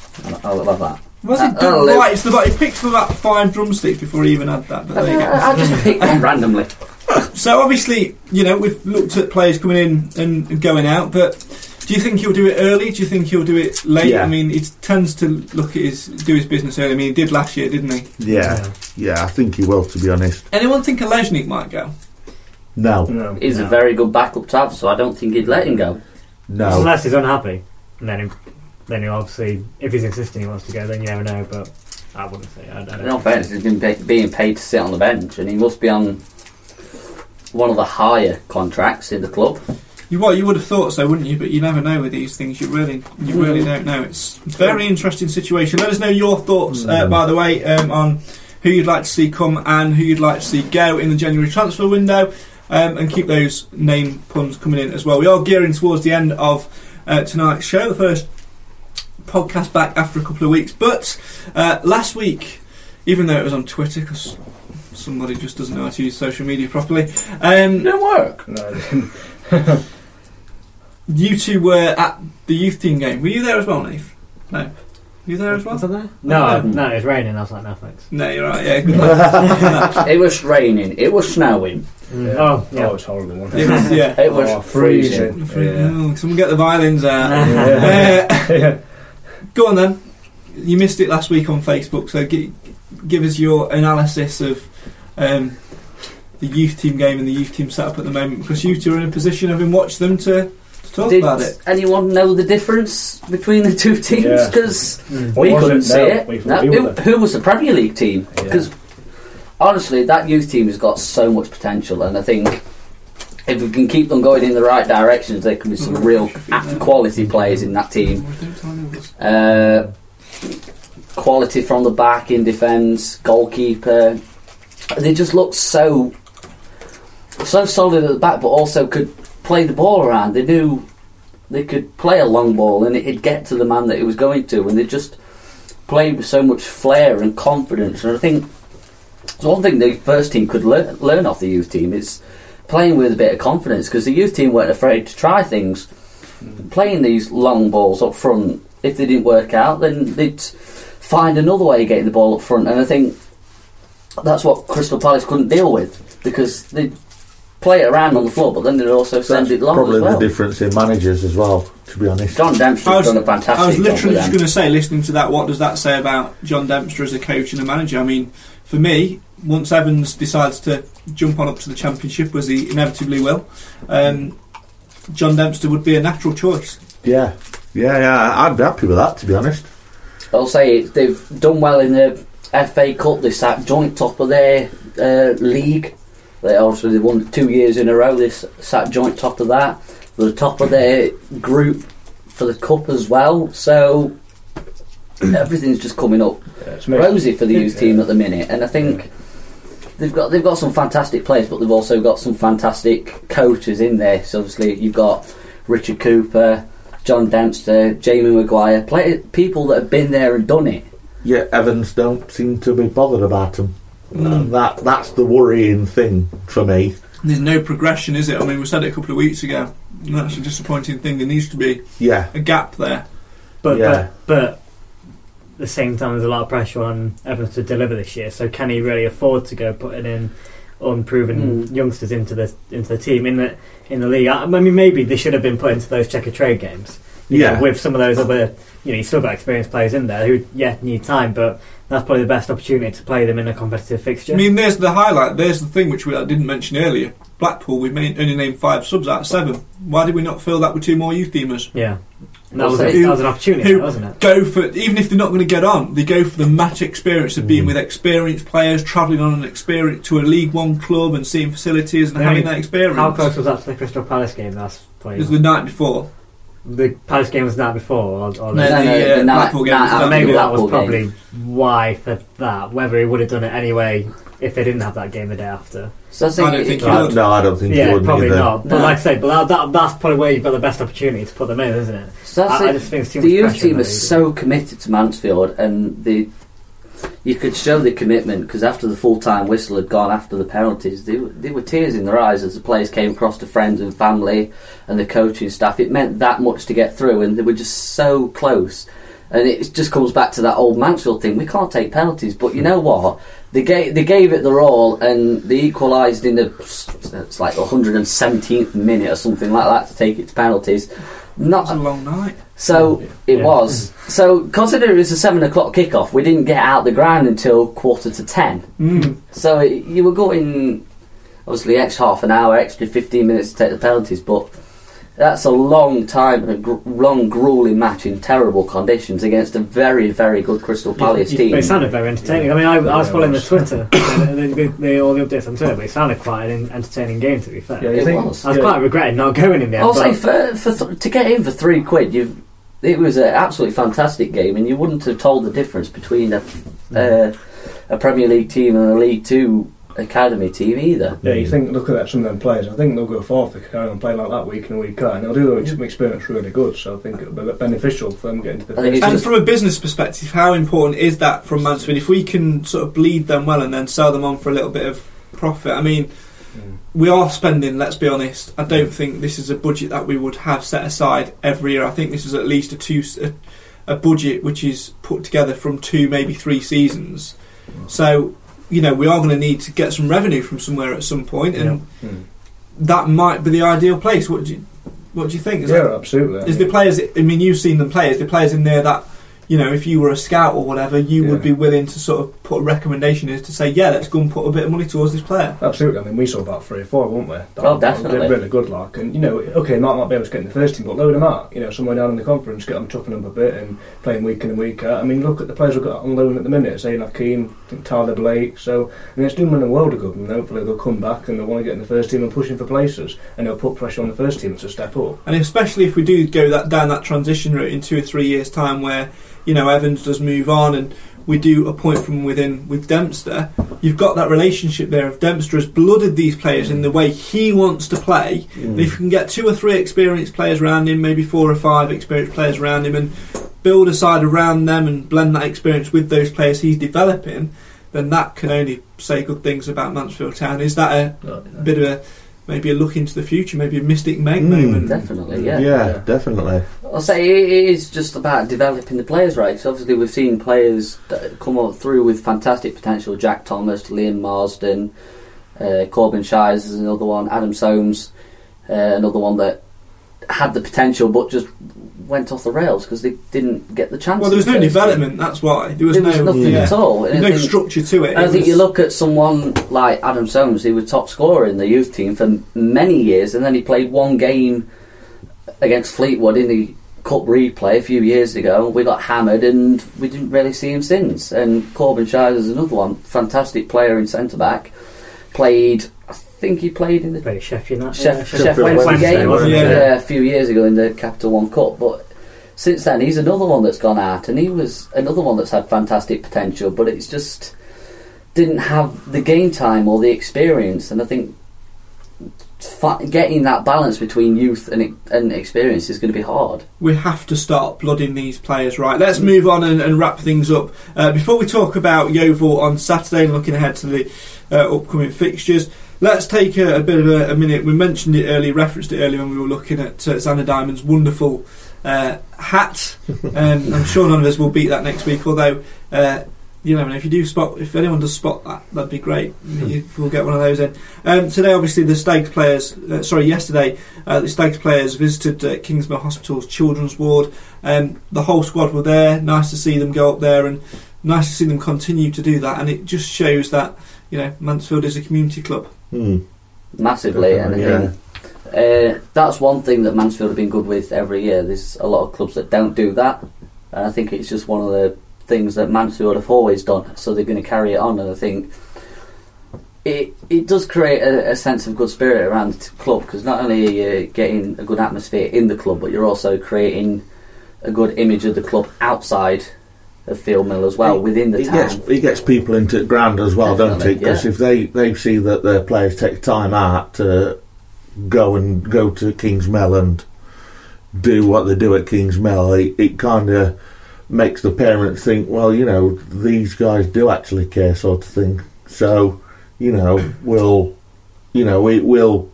Speaker 3: I- I love that.
Speaker 1: Was
Speaker 3: Uh,
Speaker 1: it done
Speaker 3: oh, Lou.
Speaker 1: right? It's the right. He picked for about five drumsticks before he even had that. But there you go.
Speaker 3: I, I just pick them randomly.
Speaker 1: So obviously, you know, we've looked at players coming in and and going out, but do you think he'll do it early? Do you think he'll do it late?
Speaker 5: Yeah.
Speaker 1: I mean, he tends to look at his do his business early. I mean, he did last year, didn't he?
Speaker 5: yeah, yeah. I think he will, to be honest.
Speaker 1: Anyone think Alejnik might go?
Speaker 5: No,
Speaker 6: No.
Speaker 3: He's a very good backup to have, so I don't think he'd let him go.
Speaker 5: no.
Speaker 2: Unless he's unhappy, and then he, then he obviously, if he's insisting he wants to go, then you never know. But I wouldn't say. I, I don't
Speaker 3: In all fairness, he's been pa- being paid to sit on the bench, and he must be on one of the higher contracts in the club.
Speaker 1: You well, you would have thought so, wouldn't you? But you never know with these things. You really, you really don't know. It's a very interesting situation. Let us know your thoughts, uh, by the way, um, on who you'd like to see come and who you'd like to see go in the January transfer window, um, and keep those name puns coming in as well. We are gearing towards the end of uh, tonight's show, the first podcast back after a couple of weeks. But uh, last week, even though it was on Twitter, because somebody just doesn't know how to use social media properly. Um,
Speaker 3: didn't work.
Speaker 6: No.
Speaker 1: You two were at the youth team game. Were you there as well, Nath? No. Were you there as well?
Speaker 2: No, I- no, it's raining. I was like, no thanks.
Speaker 1: No, you're right. Yeah, good luck.
Speaker 3: It was raining. It was snowing.
Speaker 2: Oh,
Speaker 6: Oh,
Speaker 2: yeah.
Speaker 6: it's horrible. One.
Speaker 1: It was- yeah.
Speaker 3: It was
Speaker 6: Oh,
Speaker 3: freezing.
Speaker 6: freezing. Yeah.
Speaker 1: Oh, someone get the violins out. Uh,
Speaker 6: Yeah.
Speaker 1: go on then. You missed it last week on Facebook, so gi- give us your analysis of um, the youth team game and the youth team setup at the moment, because you two are in a position, having watched them, to, to talk
Speaker 3: Did
Speaker 1: about it.
Speaker 3: anyone know the difference between the two teams?
Speaker 6: Yeah.
Speaker 3: Because
Speaker 2: Mm.
Speaker 6: What
Speaker 3: we
Speaker 6: was
Speaker 3: couldn't
Speaker 6: it?
Speaker 3: see
Speaker 6: No, we
Speaker 3: it.
Speaker 6: thought
Speaker 3: No,
Speaker 6: we
Speaker 3: who,
Speaker 6: were there.
Speaker 3: who was the Premier League team? Because honestly, that youth team has got so much potential, and I think if we can keep them going in the right directions, there can be some real quality players in that team.
Speaker 1: Don't tell me what's-
Speaker 3: Uh, quality from the back in defence, goalkeeper. They just looked so so solid at the back, but also could play the ball around. They knew They could play a long ball and it'd get to the man that it was going to, and they just played with so much flair and confidence. And I think it's one thing the first team could lear- learn off the youth team is playing with a bit of confidence because the youth team weren't afraid to try things.
Speaker 5: Mm.
Speaker 3: Playing these long balls up front, if they didn't work out, then they'd find another way of getting the ball up front. And I think that's what Crystal Palace couldn't deal with because they play it around on the floor, but then they'd also send it
Speaker 5: That's
Speaker 3: long
Speaker 5: probably
Speaker 3: as well.
Speaker 5: the difference in managers as well, to be honest.
Speaker 3: John
Speaker 1: I
Speaker 3: Dempster's
Speaker 1: was,
Speaker 3: done a fantastic
Speaker 1: I was
Speaker 3: job with
Speaker 1: literally just
Speaker 3: them.
Speaker 1: going to say, listening to that, what does that say about John Dempster as a coach and a manager? I mean, for me, once Evans decides to jump on up to the Championship, as he inevitably will, um, John Dempster would be a natural choice.
Speaker 5: Yeah. Yeah, yeah. I'd be happy with that, to be honest.
Speaker 3: I'll say it, they've done well in the FA Cup. They sat joint top of their uh, league. They obviously they won two years in a row. They s- sat joint top of that. They're top of their group for the cup as well. So everything's just coming up
Speaker 6: Yeah, it's amazing.
Speaker 3: rosy for the youth
Speaker 6: Yeah.
Speaker 3: team at the minute, and I think. They've got they've got some fantastic players, but they've also got some fantastic coaches in there. So obviously you've got Richard Cooper, John Dempster, Jamie Maguire, play, people that have been there and done it.
Speaker 5: Yeah, Evans don't seem to be bothered about them. And that that's the worrying thing for me.
Speaker 1: There's no progression, is it? I mean, we said it a couple of weeks ago. And that's a disappointing thing. There needs to be
Speaker 5: Yeah,
Speaker 1: a gap there.
Speaker 2: But,
Speaker 5: Yeah.
Speaker 2: but but at the same time, there's a lot of pressure on Evans to deliver this year. So can he really afford to go putting in unproven youngsters into the into the team in the in the league? I, I mean, maybe they should have been put into those checker trade games. you know,
Speaker 5: Yeah.
Speaker 2: with some of those other, you know, you still got experienced players in there who yeah need time, but that's probably the best opportunity to play them in a competitive fixture.
Speaker 1: I mean, there's the highlight. There's the thing which we I didn't mention earlier. Blackpool, we main, only named five subs out of seven. Why did we not fill that with two more youth teamers?
Speaker 2: yeah, And that
Speaker 3: Well,
Speaker 2: was,
Speaker 3: so
Speaker 2: a,
Speaker 1: who-
Speaker 2: that was an opportunity,
Speaker 1: who-
Speaker 2: wasn't it?
Speaker 1: go for even if they're not going to get on, they go for the match experience of being with experienced players, travelling on an experience to a League One club and seeing facilities and
Speaker 2: Yeah.
Speaker 1: having that experience.
Speaker 2: How close was that to the Crystal Palace game last
Speaker 1: it
Speaker 2: play?
Speaker 1: was the night before.
Speaker 2: The Palace game was the night before, or, or
Speaker 1: No,
Speaker 2: the-
Speaker 1: the, uh, Blackpool game was done.
Speaker 2: But
Speaker 3: after the
Speaker 2: maybe that
Speaker 3: Blackpool
Speaker 2: was probably
Speaker 3: game.
Speaker 2: why for that. Whether he would have done it anyway if they didn't have that game the day after.
Speaker 3: So I
Speaker 1: I don't think
Speaker 3: think,
Speaker 1: he
Speaker 3: it-
Speaker 5: I, no, I don't think you
Speaker 2: yeah,
Speaker 5: would
Speaker 2: probably
Speaker 5: either.
Speaker 2: not. But
Speaker 3: No.
Speaker 2: like I say, but that, that, that's probably where you've got the best opportunity to put them in, isn't it?
Speaker 3: so that's
Speaker 2: I, I
Speaker 3: it.
Speaker 2: just think it's too
Speaker 3: the
Speaker 2: much
Speaker 3: youth
Speaker 2: pressure on
Speaker 3: team
Speaker 2: them.
Speaker 3: is so committed to Mansfield, and the you could show the commitment because after the full time whistle had gone, after the penalties, there were, there were tears in their eyes as the players came across to friends and family and the coaching staff. It meant that much to get through, and they were just so close. And it just comes back to that old Mansfield thing. We can't take penalties, but you know what? They gave, they gave it their all, and they equalised in the it's like 117th minute or something like that to take it to penalties. Not
Speaker 1: That was a long night.
Speaker 3: so it
Speaker 2: Yeah.
Speaker 3: was. So considering it was a seven o'clock kickoff, we didn't get out the ground until quarter to ten.
Speaker 1: Mm.
Speaker 3: So it, you were going obviously extra half an hour, extra fifteen minutes to take the penalties, but that's a long time and a gr- long grueling match in terrible conditions against a very very good Crystal Palace
Speaker 2: You- you-
Speaker 3: team.
Speaker 2: But it sounded very entertaining. I mean, I, I was
Speaker 6: Yeah,
Speaker 2: following the
Speaker 6: it
Speaker 2: Twitter, and the, the, the, all the updates on Twitter, but it sounded quite an entertaining game, to be fair.
Speaker 6: Yeah, you
Speaker 3: It
Speaker 6: think-
Speaker 3: was.
Speaker 2: I was
Speaker 6: yeah.
Speaker 2: quite regretting not going in there.
Speaker 3: I'll
Speaker 2: but-
Speaker 3: say for, for th- to get in for three quid, you it was an absolutely fantastic game, and you wouldn't have told the difference between a uh, a Premier League team and a League Two academy team either.
Speaker 6: Yeah, you think look at some of them players. I think they'll go forth. They can carry on playing like that week in and week out, and they'll do their experience really good. So I think it'll be beneficial for them getting to
Speaker 3: I think
Speaker 6: the.
Speaker 3: it's
Speaker 1: And
Speaker 3: just,
Speaker 1: from a business perspective, how important is that from Mansfield? If we can sort of bleed them well and then sell them on for a little bit of profit, I mean, we are spending. Let's be honest. I don't think this is a budget that we would have set aside every year. I think this is at least a two a, a budget which is put together from two maybe three seasons. So you know we are going to need to get some revenue from somewhere at some point, and
Speaker 6: Yeah. Mm.
Speaker 1: that might be the ideal place. What do you, what do you think? Is that-
Speaker 6: Yeah, absolutely.
Speaker 1: is the players? I mean, you've seen them play. Is the players in there that you know, if you were a scout or whatever, you would be
Speaker 6: Yeah.
Speaker 1: willing to sort of put a recommendation in to say, yeah, let's go and put a bit of money towards this player.
Speaker 6: Absolutely. I mean, we saw about three or four, weren't we? That-
Speaker 3: Oh,
Speaker 6: that was
Speaker 3: definitely.
Speaker 6: Really good, like, and you know, okay, might not be able to get in the first team, but load them out. You know, somewhere down in the conference, get them chopping up a bit and playing week in and week out. I mean, look at the players we've got on loan at the minute. Say, Hakeem, Tyler Blake. So, I mean, it's doing them a world of good, and hopefully they'll come back and they'll want to get in the first team and pushing for places, and they'll put pressure on the first team to step up.
Speaker 1: And especially if we do go that down that transition route in two or three years' time, where you know Evans does move on and we do a point from within with Dempster, you've got that relationship there of Dempster has blooded these players in the way he wants to play.
Speaker 5: Mm.
Speaker 1: And if you can get two or three experienced players around him, maybe four or five experienced players around him, and build a side around them and blend that experience with those players he's developing, then that can only say good things about Mansfield Town. Is that
Speaker 6: But,
Speaker 1: a bit of a maybe a look into the future, maybe a Mystic Meg
Speaker 5: Mm.
Speaker 1: moment?
Speaker 3: Definitely,
Speaker 5: Yeah,
Speaker 3: yeah.
Speaker 5: definitely.
Speaker 3: I'll say it it is just about developing the players right. 'cause obviously, we've seen players that come up through with fantastic potential. Jack Thomas, Liam Marsden, uh, Corbin Shires is another one. Adam Soames, uh, another one that had the potential but just went off the rails because they didn't get the chance.
Speaker 1: Well, there was no development. That's why there was,
Speaker 3: There was
Speaker 1: no
Speaker 3: nothing
Speaker 1: yeah,
Speaker 3: at all. And I
Speaker 1: no
Speaker 3: think-
Speaker 1: structure to it.
Speaker 3: And I
Speaker 1: It
Speaker 3: think you
Speaker 1: was-
Speaker 3: look at someone like Adam Soames, he was top scorer in the youth team for many years, and then he played one game against Fleetwood in the cup replay a few years ago. We got hammered, and we didn't really see him since. And Corbin Shires is another one, fantastic player in centre back. Played, I think he played in the
Speaker 2: Very chef, you know.
Speaker 3: Chef,
Speaker 2: yeah,
Speaker 3: Chef, Wednesday,
Speaker 2: Wednesday,
Speaker 3: game,
Speaker 2: wasn't
Speaker 1: it?
Speaker 3: yeah.
Speaker 1: Yeah.
Speaker 3: a few years ago in the Capital One Cup. But since then, he's another one that's gone out, and he was another one that's had fantastic potential, but it's just didn't have the game time or the experience. And I think fa- getting that balance between youth and, e- and experience is going to be hard.
Speaker 1: we have to start blooding these players right. Let's move on and, and wrap things up. Uh, before we talk about Yeovil on Saturday and looking ahead to the uh, upcoming fixtures, let's take a, a bit of a, a minute. We mentioned it earlier, referenced it earlier when we were looking at uh, Xander Diamond's wonderful uh, hat. Um, I'm sure none of us will beat that next week, although. Uh, you know, and if you do spot, if anyone does spot that, that'd be great. You, we'll get one of those in. Um, today, obviously, the Stags players, uh, sorry, yesterday, uh, the Stags players visited uh, Kingsmill Hospital's children's ward. Um, the whole squad were there. Nice to see them go up there, and nice to see them continue to do that. And it just shows that you know Mansfield is a community club.
Speaker 5: Hmm.
Speaker 3: massively.
Speaker 5: Definitely,
Speaker 3: and I think uh, that's one thing that Mansfield have been good with every year. There's a lot of clubs that don't do that, and I think it's just one of the things that Mansfield have always done. So they're going to carry it on, and I think. It, it does create a, a sense of good spirit around the club because not only are you getting a good atmosphere in the club, but you're also creating a good image of the club outside of Field Mill as well, within the
Speaker 5: He
Speaker 3: town.
Speaker 5: gets, he gets people into the ground as well,
Speaker 3: Definitely,
Speaker 5: don't he? Because
Speaker 3: yeah.
Speaker 5: if they, they see that their players take time out to go and go to Kingsmill and do what they do at Kingsmill, it, it kind of makes the parents think, well, you know, these guys do actually care, sort of thing. So, you know, we'll, you know, we will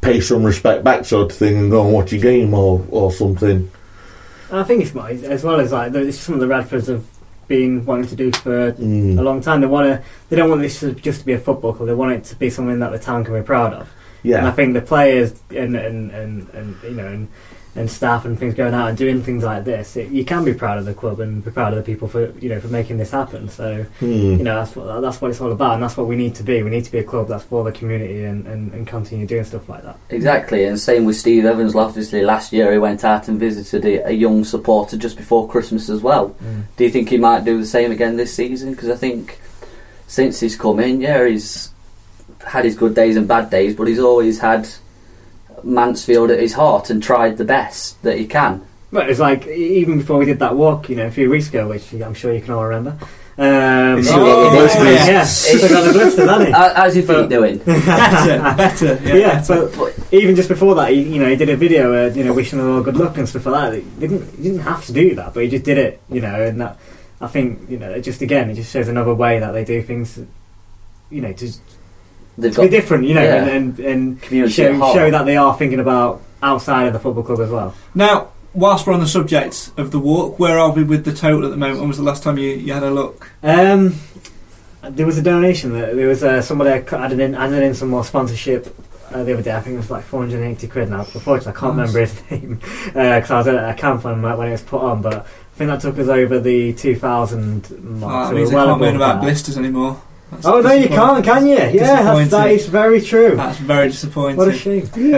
Speaker 5: pay some respect back, sort of thing, and go and watch a game or or something.
Speaker 2: I think it's more, as well as like the- it's some of the Radfords have been wanting to do for
Speaker 5: Mm.
Speaker 2: a long time. They want to. They don't want this to just to be a football club. They want it to be something that the town can be proud of. And I
Speaker 5: Yeah,
Speaker 2: think the players and and, and, and you know and, and staff and things going out and doing things like this, it, you can be proud of the club and be proud of the people for you know for making this happen. So
Speaker 5: Hmm.
Speaker 2: you know that's what that's what it's all about, and that's what we need to be. We need to be a club that's for the community and, and, and continue doing stuff like that.
Speaker 3: Exactly, and same with Steve Evans. Obviously, last year he went out and visited a, a young supporter just before Christmas as well. Do you think he might do the same again this season? Because I think since he's come in, yeah, he's had his good days and bad days, but he's always had Mansfield at his heart and tried the best that he can.
Speaker 2: But it's like e- even before we did that walk, you know, a few weeks ago, which I'm sure you can all remember. Um,
Speaker 5: It's all the blisters.
Speaker 2: yeah, it's got the blister, hasn't it?
Speaker 3: How- How's your feet doing?
Speaker 1: Better, better.
Speaker 2: Yeah, but even just before that, he, you know, he did a video, uh, you know, wishing them all good luck and stuff like that. He didn't, he didn't have to do that, but he just did it, you know. And that, I think, you know, it just again, it just shows another way that they do things, you know, to,
Speaker 3: They've
Speaker 2: to be
Speaker 3: got
Speaker 2: different, you know,
Speaker 3: Yeah.
Speaker 2: and and, and
Speaker 3: community
Speaker 2: show
Speaker 3: at heart. Uh,
Speaker 2: show that they are thinking about outside of the football club as well.
Speaker 1: Now, whilst we're on the subject of the walk, where are we with the total at the moment? When was the last time you, you had a look?
Speaker 2: Um, there was a donation. That, there was uh, somebody I cu- added in, added in some more sponsorship uh, the other day. I think it was like 480 quid now. Unfortunately, I can't remember his name because I was at a camp when, when it was put on. But I think that took us over the 2,000
Speaker 1: Ah,
Speaker 2: mark.
Speaker 1: that
Speaker 2: so
Speaker 1: means I
Speaker 2: we're well
Speaker 1: can't moan
Speaker 2: above
Speaker 1: about
Speaker 2: that.
Speaker 1: blisters anymore. That's
Speaker 2: Oh no, you
Speaker 1: disappointing.
Speaker 2: can't, can you? Yeah, that's, that
Speaker 1: Disappointing.
Speaker 2: is very true.
Speaker 1: That's very disappointing.
Speaker 2: What a shame.
Speaker 1: Yay.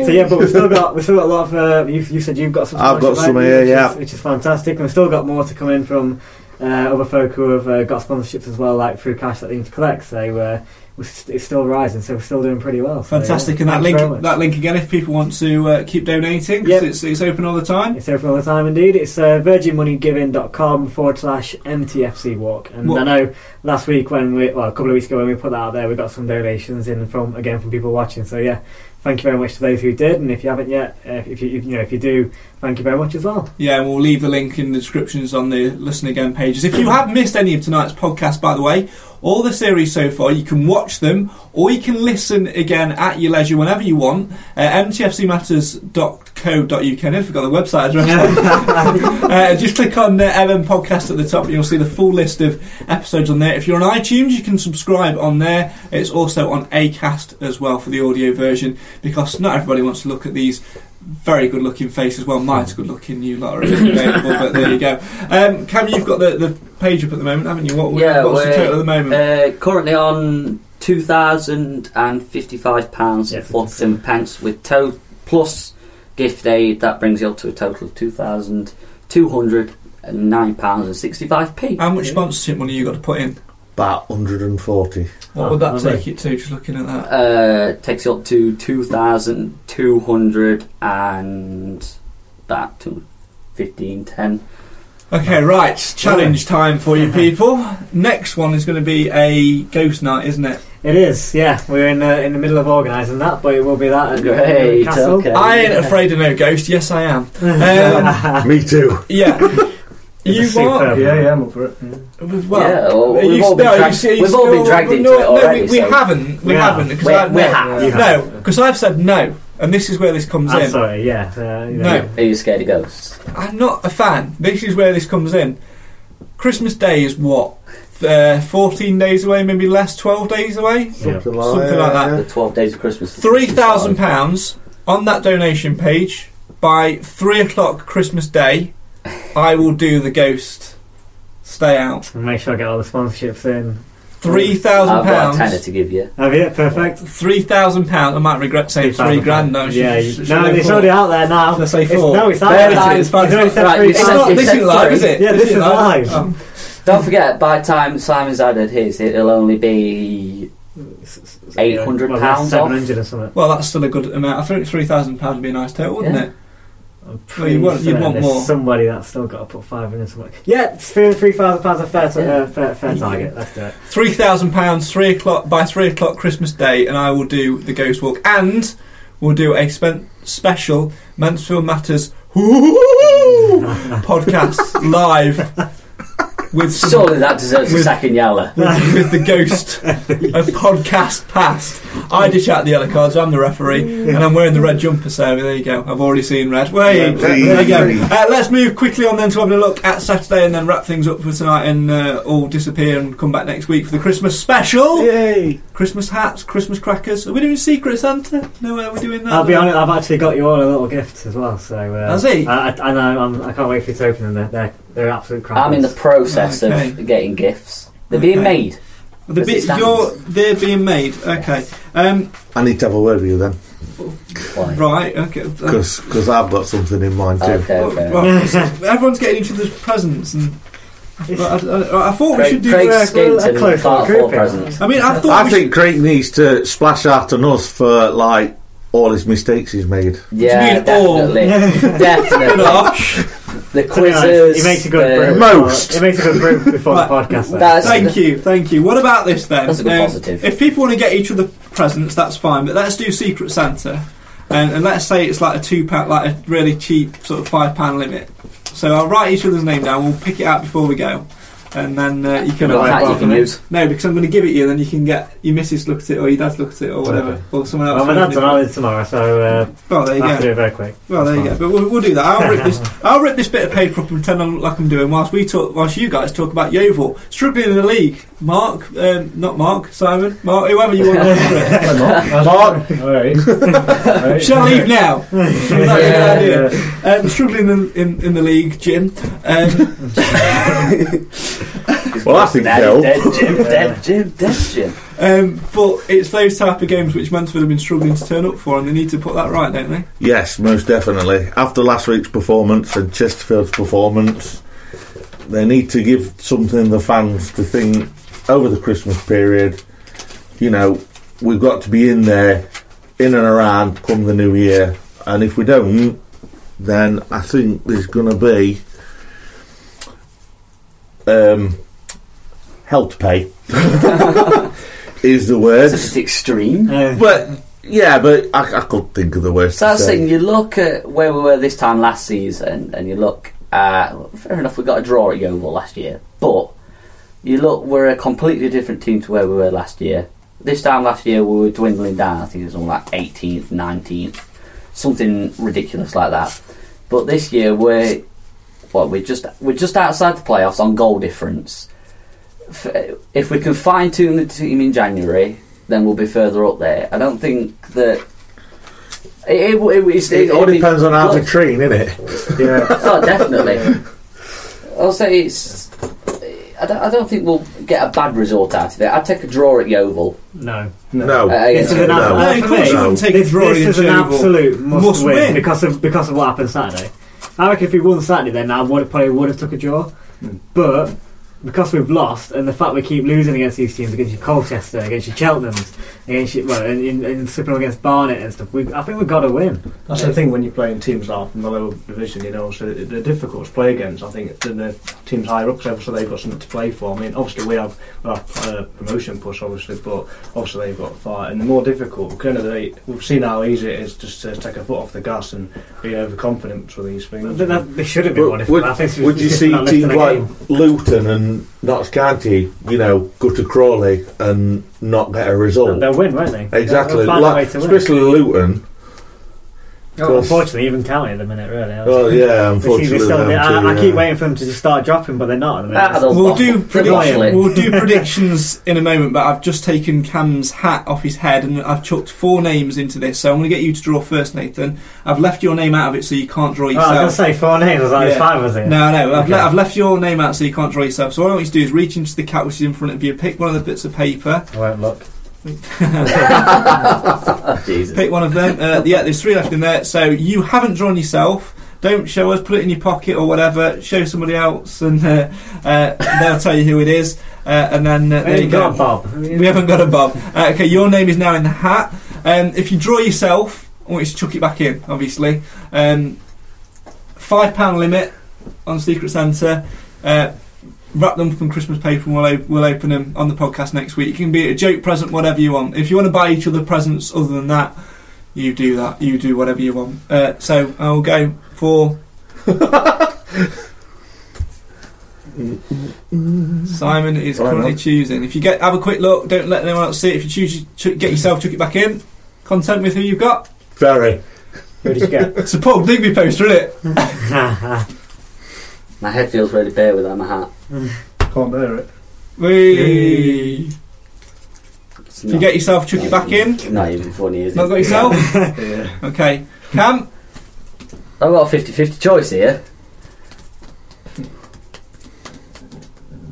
Speaker 2: Yeah. So yeah, but we've still got we've still got a lot of. Uh, you, you said you've got some.
Speaker 5: I've got
Speaker 2: sponsorship,
Speaker 5: some
Speaker 2: haven't
Speaker 5: here,
Speaker 2: you? which
Speaker 5: yeah.
Speaker 2: is, which is fantastic. And we've still got more to come in from uh, other folk who have uh, got sponsorships as well, like through cash that they need to collect. So uh, we're st- it's still rising, so we're still doing pretty well. So,
Speaker 1: Fantastic,
Speaker 2: yeah,
Speaker 1: and that
Speaker 2: thank you
Speaker 1: link,
Speaker 2: very much.
Speaker 1: that link again. If people want to uh, keep donating, 'cause
Speaker 2: Yep.
Speaker 1: it's, it's open all the time.
Speaker 2: It's open all the time indeed. It's uh, virginmoneygiving.com forward slash MTFC walk. And
Speaker 1: What-
Speaker 2: I know last week when we, well, a couple of weeks ago when we put that out there, we got some donations in from, again, from people watching. So yeah, thank you very much to those who did. And if you haven't yet, uh, if you, you know, if you do, thank you very much as well.
Speaker 1: Yeah, and we'll leave the link in the descriptions on the listen again pages. If you have missed any of tonight's podcast, by the way, all the series so far, you can watch them or you can listen again at your leisure whenever you want. Uh, mtfcmatters.co.uk. I nearly forgot the website address. uh, just click on uh, MM Podcast at the top and you'll see the full list of episodes on there. If you're on iTunes, you can subscribe on there. It's also on ACAST as well for the audio version because not everybody wants to look at these very good looking faces. Well, mine's good looking, you lot are available, but there you go. Um, Cam, you've got the, the page up at the moment, haven't you? What,
Speaker 3: Yeah,
Speaker 1: what's the
Speaker 3: we're-
Speaker 1: total at the moment?
Speaker 3: Uh, currently on two thousand and fifty-five pounds
Speaker 2: Yeah,
Speaker 3: and forty-seven pence with to- plus gift aid. That brings you up to a total of two thousand two hundred and nine pounds and sixty-five p.
Speaker 1: How much sponsorship money you got to put in?
Speaker 5: About 140.
Speaker 1: What
Speaker 2: Oh,
Speaker 1: would that
Speaker 2: lovely.
Speaker 1: take it to? Just looking at that.
Speaker 3: Uh, takes you up to two thousand two hundred and that to fifteen ten.
Speaker 1: Okay, right. Challenge time for you people. Next one is going to be a ghost night, isn't it?
Speaker 2: It is, yeah. We're in the, in the middle of organising that, but it will be that at
Speaker 3: Great,
Speaker 2: Castle.
Speaker 3: okay.
Speaker 1: I ain't afraid of no ghost. Yes, I am. Um,
Speaker 5: Me too.
Speaker 1: yeah.
Speaker 2: It's
Speaker 1: You
Speaker 2: a
Speaker 1: are.
Speaker 2: superb-
Speaker 6: Yeah, yeah, I'm up for it. Yeah.
Speaker 1: Well,
Speaker 3: Yeah, well,
Speaker 1: you
Speaker 3: we've all been
Speaker 1: no, you
Speaker 3: dragged-
Speaker 1: see- you
Speaker 3: we've all
Speaker 1: still-
Speaker 3: been dragged
Speaker 1: no,
Speaker 3: into it
Speaker 1: no,
Speaker 3: already,
Speaker 1: we, we
Speaker 3: so-
Speaker 1: haven't. We
Speaker 2: We
Speaker 1: haven't.
Speaker 2: have.
Speaker 1: 'cause
Speaker 3: We-
Speaker 1: I-
Speaker 3: we
Speaker 1: no.
Speaker 3: have.
Speaker 2: You
Speaker 1: No, because I've said no, and this is where this comes
Speaker 2: I'm
Speaker 1: in.
Speaker 2: sorry, yeah. Uh, you know,
Speaker 1: No,
Speaker 3: Are you scared of ghosts?
Speaker 1: I'm not a fan. This is where this comes in. Christmas Day is what? Uh, 14 days away, maybe less, 12 days away?
Speaker 2: yeah.
Speaker 1: Something
Speaker 5: Something
Speaker 1: like that.
Speaker 3: The twelve days of Christmas.
Speaker 1: £3,000 on that donation page by 3 o'clock Christmas Day. I will do the ghost. Stay out.
Speaker 2: And make sure I get all the sponsorships in.
Speaker 3: I've got a tenner
Speaker 1: £3,000.
Speaker 3: to give you.
Speaker 2: Have you? Perfect.
Speaker 1: Three thousand pounds. I might regret saying three
Speaker 2: £3,000.
Speaker 1: grand. No,
Speaker 2: yeah,
Speaker 1: it's-
Speaker 2: you,
Speaker 1: it's-
Speaker 2: no, it's
Speaker 1: four.
Speaker 2: already out there now.
Speaker 1: Let's say
Speaker 2: It's-
Speaker 1: four.
Speaker 2: no, it's out
Speaker 3: There
Speaker 2: there.
Speaker 3: it
Speaker 2: now.
Speaker 1: is, fine.
Speaker 2: It's already said
Speaker 3: Right,
Speaker 2: three
Speaker 3: you
Speaker 1: It's
Speaker 3: said-
Speaker 1: not,
Speaker 2: thousand.
Speaker 1: this is live, is it?
Speaker 2: Yeah, this is
Speaker 1: live. Oh.
Speaker 2: live.
Speaker 3: Don't forget, by the time Simon's added his, it'll only be eight hundred
Speaker 2: Well,
Speaker 3: pounds
Speaker 2: seven
Speaker 3: off.
Speaker 2: hundred or something.
Speaker 1: Well, that's still a good amount. I think three thousand pounds would be a nice total, wouldn't
Speaker 3: Yeah.
Speaker 1: it?
Speaker 2: I'm
Speaker 1: Well, you want-
Speaker 2: pretty
Speaker 1: you'd
Speaker 2: certain
Speaker 1: want
Speaker 2: there's
Speaker 1: more.
Speaker 2: Somebody that's still got to put five hundred somewhere. Yeah, it's three three thousand pounds a fair, t-
Speaker 3: Yeah.
Speaker 2: uh, fair, fair
Speaker 1: Yeah.
Speaker 2: target. Let's do it.
Speaker 1: Three thousand pounds, three o'clock by three o'clock Christmas Day, and I will do the ghost walk, and we'll do a spen- special Mansfield Matters podcast live with some-
Speaker 3: Surely that deserves a
Speaker 1: With-
Speaker 3: second yalla.
Speaker 1: with, with the ghost of podcast past. I dish out the yellow cards. I'm the referee, and I'm wearing the red jumper. So there you go. I've already seen red. Way there you go. Uh, let's move quickly on then to having a look at Saturday, and then wrap things up for tonight, and uh, all disappear and come back next week for the Christmas special.
Speaker 4: Yay!
Speaker 1: Christmas hats, Christmas crackers. Are we doing Secret Santa? No, are we doing that?
Speaker 2: I'll be honest. I've actually got you all a little gift as well. So uh,
Speaker 1: Has he?
Speaker 2: I, I, I know. I'm, I can't wait for you to open them. They're they're, they're absolute crap.
Speaker 3: I'm in the process
Speaker 1: Okay.
Speaker 3: of getting gifts. They're being
Speaker 1: Okay.
Speaker 3: made.
Speaker 1: The
Speaker 3: As it
Speaker 1: bit
Speaker 3: stands.
Speaker 1: you're they're being made. Okay, um,
Speaker 5: I need to have a word with you then,
Speaker 3: Why?
Speaker 1: right. Okay. Uh,
Speaker 5: because I've got something in mind too.
Speaker 3: Okay,
Speaker 1: well,
Speaker 3: okay.
Speaker 1: well, everyone's getting each other's presents, and Well, I, I, I thought we should
Speaker 3: Craig,
Speaker 1: do.
Speaker 3: Craig
Speaker 1: uh,
Speaker 3: skimped
Speaker 2: a
Speaker 3: and
Speaker 2: close
Speaker 3: part
Speaker 2: little
Speaker 3: four
Speaker 2: grouping.
Speaker 3: presents.
Speaker 1: I mean, I thought.
Speaker 5: I
Speaker 1: we
Speaker 5: think Craig needs to splash out on us for like all his mistakes he's made.
Speaker 3: Yeah,
Speaker 1: mean all?
Speaker 3: definitely,
Speaker 1: should
Speaker 3: definitely.
Speaker 1: laugh.
Speaker 3: The
Speaker 2: To be honest,
Speaker 3: quizzes. uh,
Speaker 2: It makes a good
Speaker 3: the-
Speaker 2: brew.
Speaker 5: Most.
Speaker 2: It makes a good brew before the
Speaker 1: Right.
Speaker 2: podcast. Though.
Speaker 3: That's-
Speaker 1: Thank you, thank you. What about this then? Um,
Speaker 3: That's a good positive.
Speaker 1: If people want to get each other presents, that's fine. But let's do Secret Santa, and, and let's say it's like a two pack, like a really cheap sort of five pound limit. So I'll write each other's name down. We'll pick it out before we go, and then uh, you can
Speaker 3: You've got
Speaker 1: have
Speaker 3: a hat
Speaker 1: it
Speaker 3: you
Speaker 1: off
Speaker 3: can
Speaker 1: me.
Speaker 3: use.
Speaker 1: No, because I'm going to give it you. Then you can get your missus look at it, or your dad look at it, or whatever, or someone else.
Speaker 2: Well, my dad's on holiday tomorrow, so uh,
Speaker 1: well, there you
Speaker 2: I have
Speaker 1: go.
Speaker 2: to do it very quick.
Speaker 1: Well, there you go. But we'll, we'll do that. I'll rip this. I'll rip this bit of paper up and pretend I look like I'm doing whilst we talk. Whilst you guys talk about Yeovil struggling in the league. Mark, um, not Mark, Simon, Mark, whoever you want. to answer
Speaker 6: Mark! Alright.
Speaker 1: it.
Speaker 6: Alright.
Speaker 1: Shall I leave now? That's a good
Speaker 3: Yeah.
Speaker 1: idea. Um, struggling in, in, in the league, Jim. Um,
Speaker 5: Well, I think so.
Speaker 3: Dead Jim, dead Jim, dead Jim.
Speaker 1: um, but it's those type of games which Mansfield have been struggling to turn up for, and they need to put that right, don't they?
Speaker 5: Yes, most definitely. After last week's performance and Chesterfield's performance, they need to give something the fans to think over the Christmas period. you know, we've got to be in there, in and around come the new year. And if we don't, then I think there's going to be um, hell to pay. is the word.
Speaker 3: This is extreme.
Speaker 5: But yeah, but I, I could think of the worst.
Speaker 3: So
Speaker 5: to
Speaker 3: that's the
Speaker 5: say.
Speaker 3: thing. You look at where we were this time last season, and you look at well, fair enough. We got a draw at Yeovil last year, but you look we're a completely different team to where we were last year. This time last year we were dwindling down. I think it was on like 18th, 19th, something ridiculous like that. But this year we're well, we're just we're just outside the playoffs on goal difference. F- If we can fine tune the team in January, then we'll be further up there. I don't think that. It, it, it, it's-
Speaker 5: It all
Speaker 3: it'd be
Speaker 5: depends on how
Speaker 3: good.
Speaker 5: we train, innit?
Speaker 6: Yeah,
Speaker 3: Oh, definitely. I'll say it's. I don't, I don't think we'll get a bad result out of it. I'd take a draw at Yeovil.
Speaker 2: No.
Speaker 5: No.
Speaker 3: Uh, against
Speaker 2: This is an, ab-
Speaker 5: No.
Speaker 1: No,
Speaker 2: for
Speaker 1: of course
Speaker 2: me,
Speaker 1: you wouldn't take
Speaker 2: this,
Speaker 1: drawing
Speaker 2: this is an
Speaker 1: Chernobyl.
Speaker 2: absolute must,
Speaker 1: Must
Speaker 2: win,
Speaker 1: win.
Speaker 2: because of because of what happened Saturday. I reckon if we won Saturday, then I would probably would have took a draw, but. Because we've lost, and the fact we keep losing against these teams, against your Colchester, against your Cheltenhams, against your, well, and, and, and slipping against Barnet and stuff, we, I think we've got to win.
Speaker 6: that's the thing when you're playing teams that are from the lower division, you know, so they're difficult to play against. I think than the teams higher up, so obviously they've got something to play for. I mean, obviously we have we have uh, promotion push, obviously, but obviously they've got far and the more difficult. Kind of they, we've seen how easy it is just to take a foot off the gas and be overconfident with these
Speaker 2: But
Speaker 6: things.
Speaker 2: that- They should have been one.
Speaker 5: Would,
Speaker 2: If
Speaker 5: would-
Speaker 2: I think it's
Speaker 5: would you
Speaker 2: just
Speaker 5: see
Speaker 2: not lifting
Speaker 5: teams
Speaker 2: the
Speaker 5: like
Speaker 2: game.
Speaker 5: Luton and Notts County, you know, go to Crawley and not get a result?
Speaker 2: They'll win, won't they?
Speaker 5: Exactly,
Speaker 2: They'll find a
Speaker 5: like-
Speaker 2: way to win.
Speaker 5: especially Luton.
Speaker 2: Oh, unfortunately, even County at the minute, really. aren't
Speaker 5: Well,
Speaker 2: they?
Speaker 5: yeah,
Speaker 2: They keep-
Speaker 5: unfortunately.
Speaker 2: they still-
Speaker 5: them
Speaker 2: I,
Speaker 5: too,
Speaker 2: I keep
Speaker 5: yeah.
Speaker 2: waiting for them to just start dropping, but they're not at the minute.
Speaker 3: Ah, they'll
Speaker 1: We'll
Speaker 3: bottle-
Speaker 1: do,
Speaker 3: they'll
Speaker 1: prediction-
Speaker 3: bottle it.
Speaker 1: we'll do predictions in a moment, but I've just taken Cam's hat off his head and I've chucked four names into this. So I'm going to get you to draw first, Nathan. I've left your name out of it so you can't draw
Speaker 2: Oh, I was going to
Speaker 1: yourself.
Speaker 2: say four names. I was like,
Speaker 1: Yeah.
Speaker 2: there's five of us here.
Speaker 1: no, no, I've,
Speaker 2: Okay.
Speaker 1: le- I've left your name out so you can't draw yourself. So what I want you to do is reach into the cat which is in front of you, pick one of the bits of paper,
Speaker 2: I won't look.
Speaker 3: Jesus.
Speaker 1: pick one of them. Uh, yeah, there's three left in there. So you haven't drawn yourself. Don't show us. Put it in your pocket or whatever. Show somebody else, and uh, uh, they'll tell you who it is. Uh, and then uh, there you go.
Speaker 2: got Bob.
Speaker 1: We haven't got a bob. Uh, okay, your name is now in the hat. Um, if you draw yourself, I want you to chuck it back in, obviously. Um, five pound limit on Secret Santa. Uh, wrap them from Christmas paper and we'll, o- we'll open them on the podcast next week. It can be a joke present, whatever you want. If you want to buy each other presents other than that, you do that. You do whatever you want. Uh, so I'll go for. Simon is
Speaker 5: Why not?
Speaker 1: currently choosing. If you get have a quick look, don't let anyone else see it. If you choose, ch- get yourself, chuck it back in. Content with who you've got.
Speaker 5: Very.
Speaker 2: Who did you get?
Speaker 1: It's a Paul Digby poster, isn't it?
Speaker 3: My head feels really bare without my hat.
Speaker 6: Can't bear it.
Speaker 1: Wee. If
Speaker 3: It's
Speaker 1: you
Speaker 3: not-
Speaker 1: get yourself, chuck it
Speaker 3: not
Speaker 1: back in.
Speaker 3: even- Not even funny, is it?
Speaker 1: Not got yourself?
Speaker 6: Yeah.
Speaker 1: Okay. Cam?
Speaker 3: I've got a 50 50 choice here.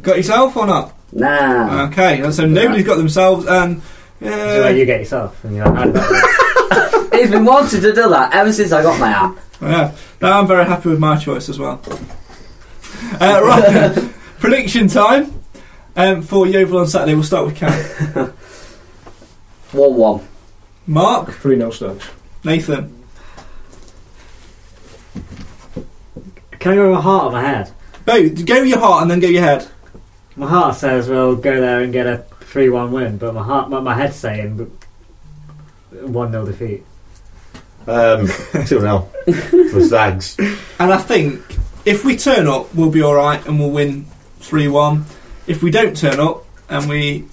Speaker 1: Got yourself or not?
Speaker 3: Nah.
Speaker 1: Okay, and so nobody's got themselves, and
Speaker 2: So
Speaker 1: yeah,
Speaker 2: you get yourself. And you're like, I don't know.
Speaker 3: He's been wanting to do that ever since I got my hat.
Speaker 1: yeah. No, I'm very happy with my choice as well. Uh, right, then. prediction time um, for Yeovil on Saturday. We'll start with Cam,
Speaker 3: 1 1.
Speaker 1: Mark,
Speaker 6: 3 0 Stokes.
Speaker 1: Nathan.
Speaker 2: Can I go with my heart or my head?
Speaker 1: Bo, go your heart and then go your head.
Speaker 2: My heart says we'll go there and get a 3 1 win, but my heart, my, my head's saying 1 0 defeat.
Speaker 5: Um, 2 0 for Zags.
Speaker 1: And I think if we turn up, we'll be all right, and we'll win three-one. If we don't turn up and we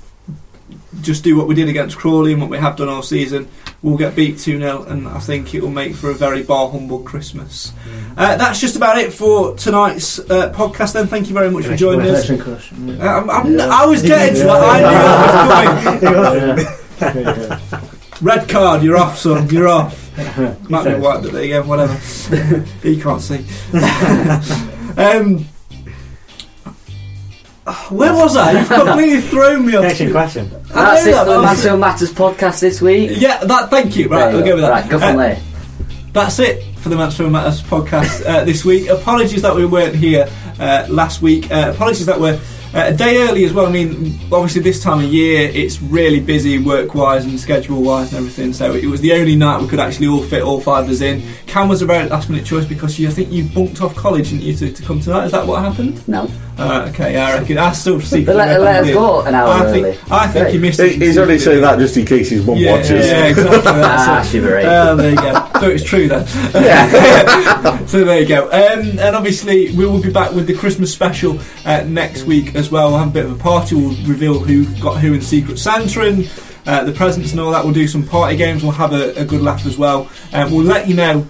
Speaker 1: just do what we did against Crawley and what we have done all season, we'll get beat 2 0, and I think it will make for a very bar humble Christmas. Uh, that's just about it for tonight's uh, podcast, then. Thank you very much for
Speaker 2: Thank
Speaker 1: joining
Speaker 2: you.
Speaker 1: us.
Speaker 6: Blessing cushion.
Speaker 1: Uh, I'm, I'm, I was getting to that, I knew that was coming.
Speaker 6: Yeah.
Speaker 1: Red card, you're off, son, you're off. Might be white, but there you go, whatever. you can't see. um, where was I? You've completely thrown me off.
Speaker 2: Question, question.
Speaker 1: I
Speaker 3: That's
Speaker 1: know
Speaker 3: it
Speaker 1: that,
Speaker 3: for the
Speaker 1: but I was-
Speaker 3: Matter Matters podcast this week.
Speaker 1: Yeah, that. Thank you. Right,
Speaker 3: There you
Speaker 1: we'll go with that.
Speaker 3: Right, go from
Speaker 1: Uh,
Speaker 3: there.
Speaker 1: That's it for the Mansfield Matters podcast uh, this week. Apologies that we weren't here uh, last week. Uh, apologies that we're Uh, a day early as well. I mean, obviously this time of year it's really busy work-wise and schedule-wise and everything. So it was the only night we could actually all fit all five of us in. Cam was a very last-minute choice because you, I think you bunked off college, didn't you, to, to come tonight? Is that what happened?
Speaker 3: No.
Speaker 1: Uh, okay, I reckon I still see.
Speaker 3: They let- let us go an hour
Speaker 1: I think,
Speaker 3: early.
Speaker 1: I think
Speaker 3: Great.
Speaker 1: you missed.
Speaker 5: He-
Speaker 1: it.
Speaker 5: He's only saying that just in case his mum
Speaker 1: Yeah,
Speaker 5: watches.
Speaker 1: yeah, exactly. That's
Speaker 3: Ah,
Speaker 1: it.
Speaker 3: shivery.
Speaker 1: Oh, there you go. so it's true then. so there you go. Um, and obviously, we will be back with the Christmas special uh, next week as well. We'll have a bit of a party. We'll reveal who got who in Secret Santa and uh, the presents and all that. We'll do some party games. We'll have a, a good laugh as well. Um, we'll let you know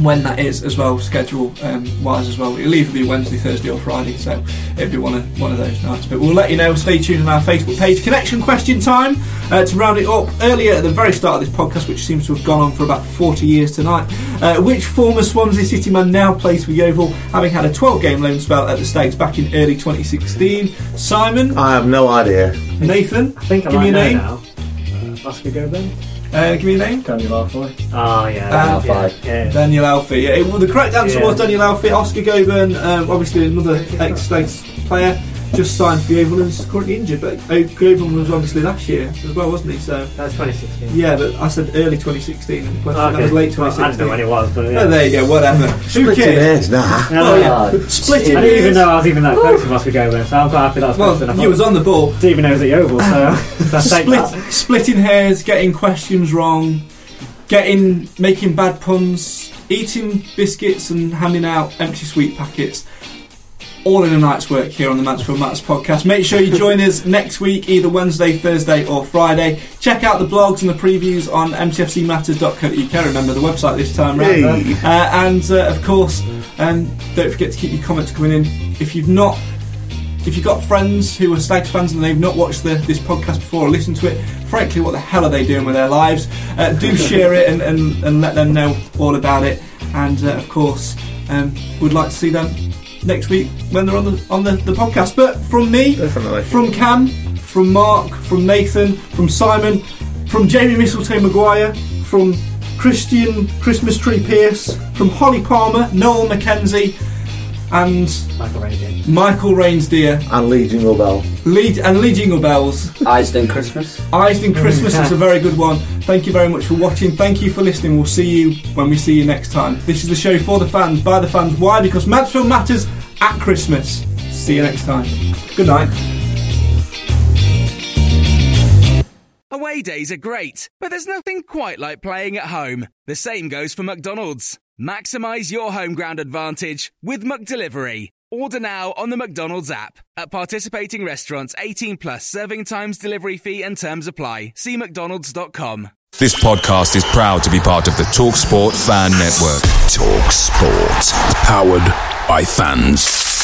Speaker 1: when that is as well, schedule um, wise as well. It'll either be Wednesday, Thursday, or Friday, so it'll be one of one of those nights. But we'll let you know. Stay tuned on our Facebook page. Connection question time uh, to round it up. Earlier at the very start of this podcast, which seems to have gone on for about forty years tonight, uh, which former Swansea City man now plays for Yeovil, having had a twelve-game loan spell at the Stags back in early 2016? Simon,
Speaker 5: I have no idea.
Speaker 1: Nathan,
Speaker 2: I think I
Speaker 1: give me
Speaker 2: might
Speaker 1: a
Speaker 2: know
Speaker 1: name.
Speaker 2: now. Uh, Oscar Goldberg?
Speaker 1: Uh, give me a name.
Speaker 6: Daniel Arfoy.
Speaker 2: Oh, yeah.
Speaker 1: Ah,
Speaker 2: yeah,
Speaker 3: five.
Speaker 2: Yeah.
Speaker 1: Daniel Alfie. Yeah, it- well, the correct answer
Speaker 2: Yeah.
Speaker 1: was Daniel Alfie. Oscar Goburn, um, obviously another ex-States player, just signed for Yeovil and is currently injured. But oh, Goburn was obviously last year as well, wasn't he? So
Speaker 2: That was 2016.
Speaker 1: yeah, but I said early 2016, and
Speaker 2: Oh,
Speaker 1: that
Speaker 2: okay.
Speaker 1: was late
Speaker 2: Well, I don't
Speaker 1: 2016.
Speaker 2: know when it was, but yeah.
Speaker 1: Oh, there you go. Whatever. Who
Speaker 5: Splitting
Speaker 1: cares?
Speaker 5: hairs,
Speaker 2: No,
Speaker 5: nah.
Speaker 1: Oh,
Speaker 2: no,
Speaker 1: yeah.
Speaker 3: God.
Speaker 1: Split
Speaker 2: I didn't even
Speaker 1: it.
Speaker 2: know I was even that close to Oscar Goldberg, so I'm quite happy that was close
Speaker 1: Well,
Speaker 2: enough.
Speaker 1: you was on the ball.
Speaker 2: Didn't even know it was at Yeovil, so I take
Speaker 1: Split,
Speaker 2: that.
Speaker 1: splitting hairs, getting questions wrong, getting making bad puns, eating biscuits and handing out empty sweet packets. All in a night's work here on the Mansfield Matters podcast. Make sure you join us next week, either Wednesday, Thursday, or Friday. Check out the blogs and the previews on mtfcmatters.co.uk. Remember the website this time round.
Speaker 5: Hey.
Speaker 1: Uh, and uh, of course, um, don't forget to keep your comments coming in. If you've not if you've got friends who are Stags fans and they've not watched the, this podcast before or listened to it, frankly, what the hell are they doing with their lives? Uh, do share it and, and, and let them know all about it. And uh, of course, um, we'd like to see them next week when they're on the on the, the podcast. But from me,
Speaker 7: Definitely.
Speaker 1: from Cam, from Mark, from Nathan, from Simon, from Jamie Mistletoe Maguire, from Christian Christmas Tree Pierce, from Holly Palmer, Noel McKenzie, and
Speaker 2: Michael Rangin.
Speaker 1: Michael Rainsdeer.
Speaker 5: And Lee Jingle Bell.
Speaker 1: Lead and Lee Jingle Bells.
Speaker 3: Isden Christmas.
Speaker 1: Eyes in Christmas is a very good one. Thank you very much for watching. Thank you for listening. We'll see you when we see you next time. This is the show for the fans, by the fans. Why? Because Mansfield matters at Christmas. See you next time. Good night.
Speaker 8: Away days are great, but there's nothing quite like playing at home. The same goes for McDonald's. Maximize your home ground advantage with McDelivery. Order now on the McDonald's app. At participating restaurants, 18 plus serving times, delivery fee, and terms apply. See McDonald's.com.
Speaker 9: This podcast is proud to be part of the Talksport Fan Network.
Speaker 10: Talk Sport. Powered by fans.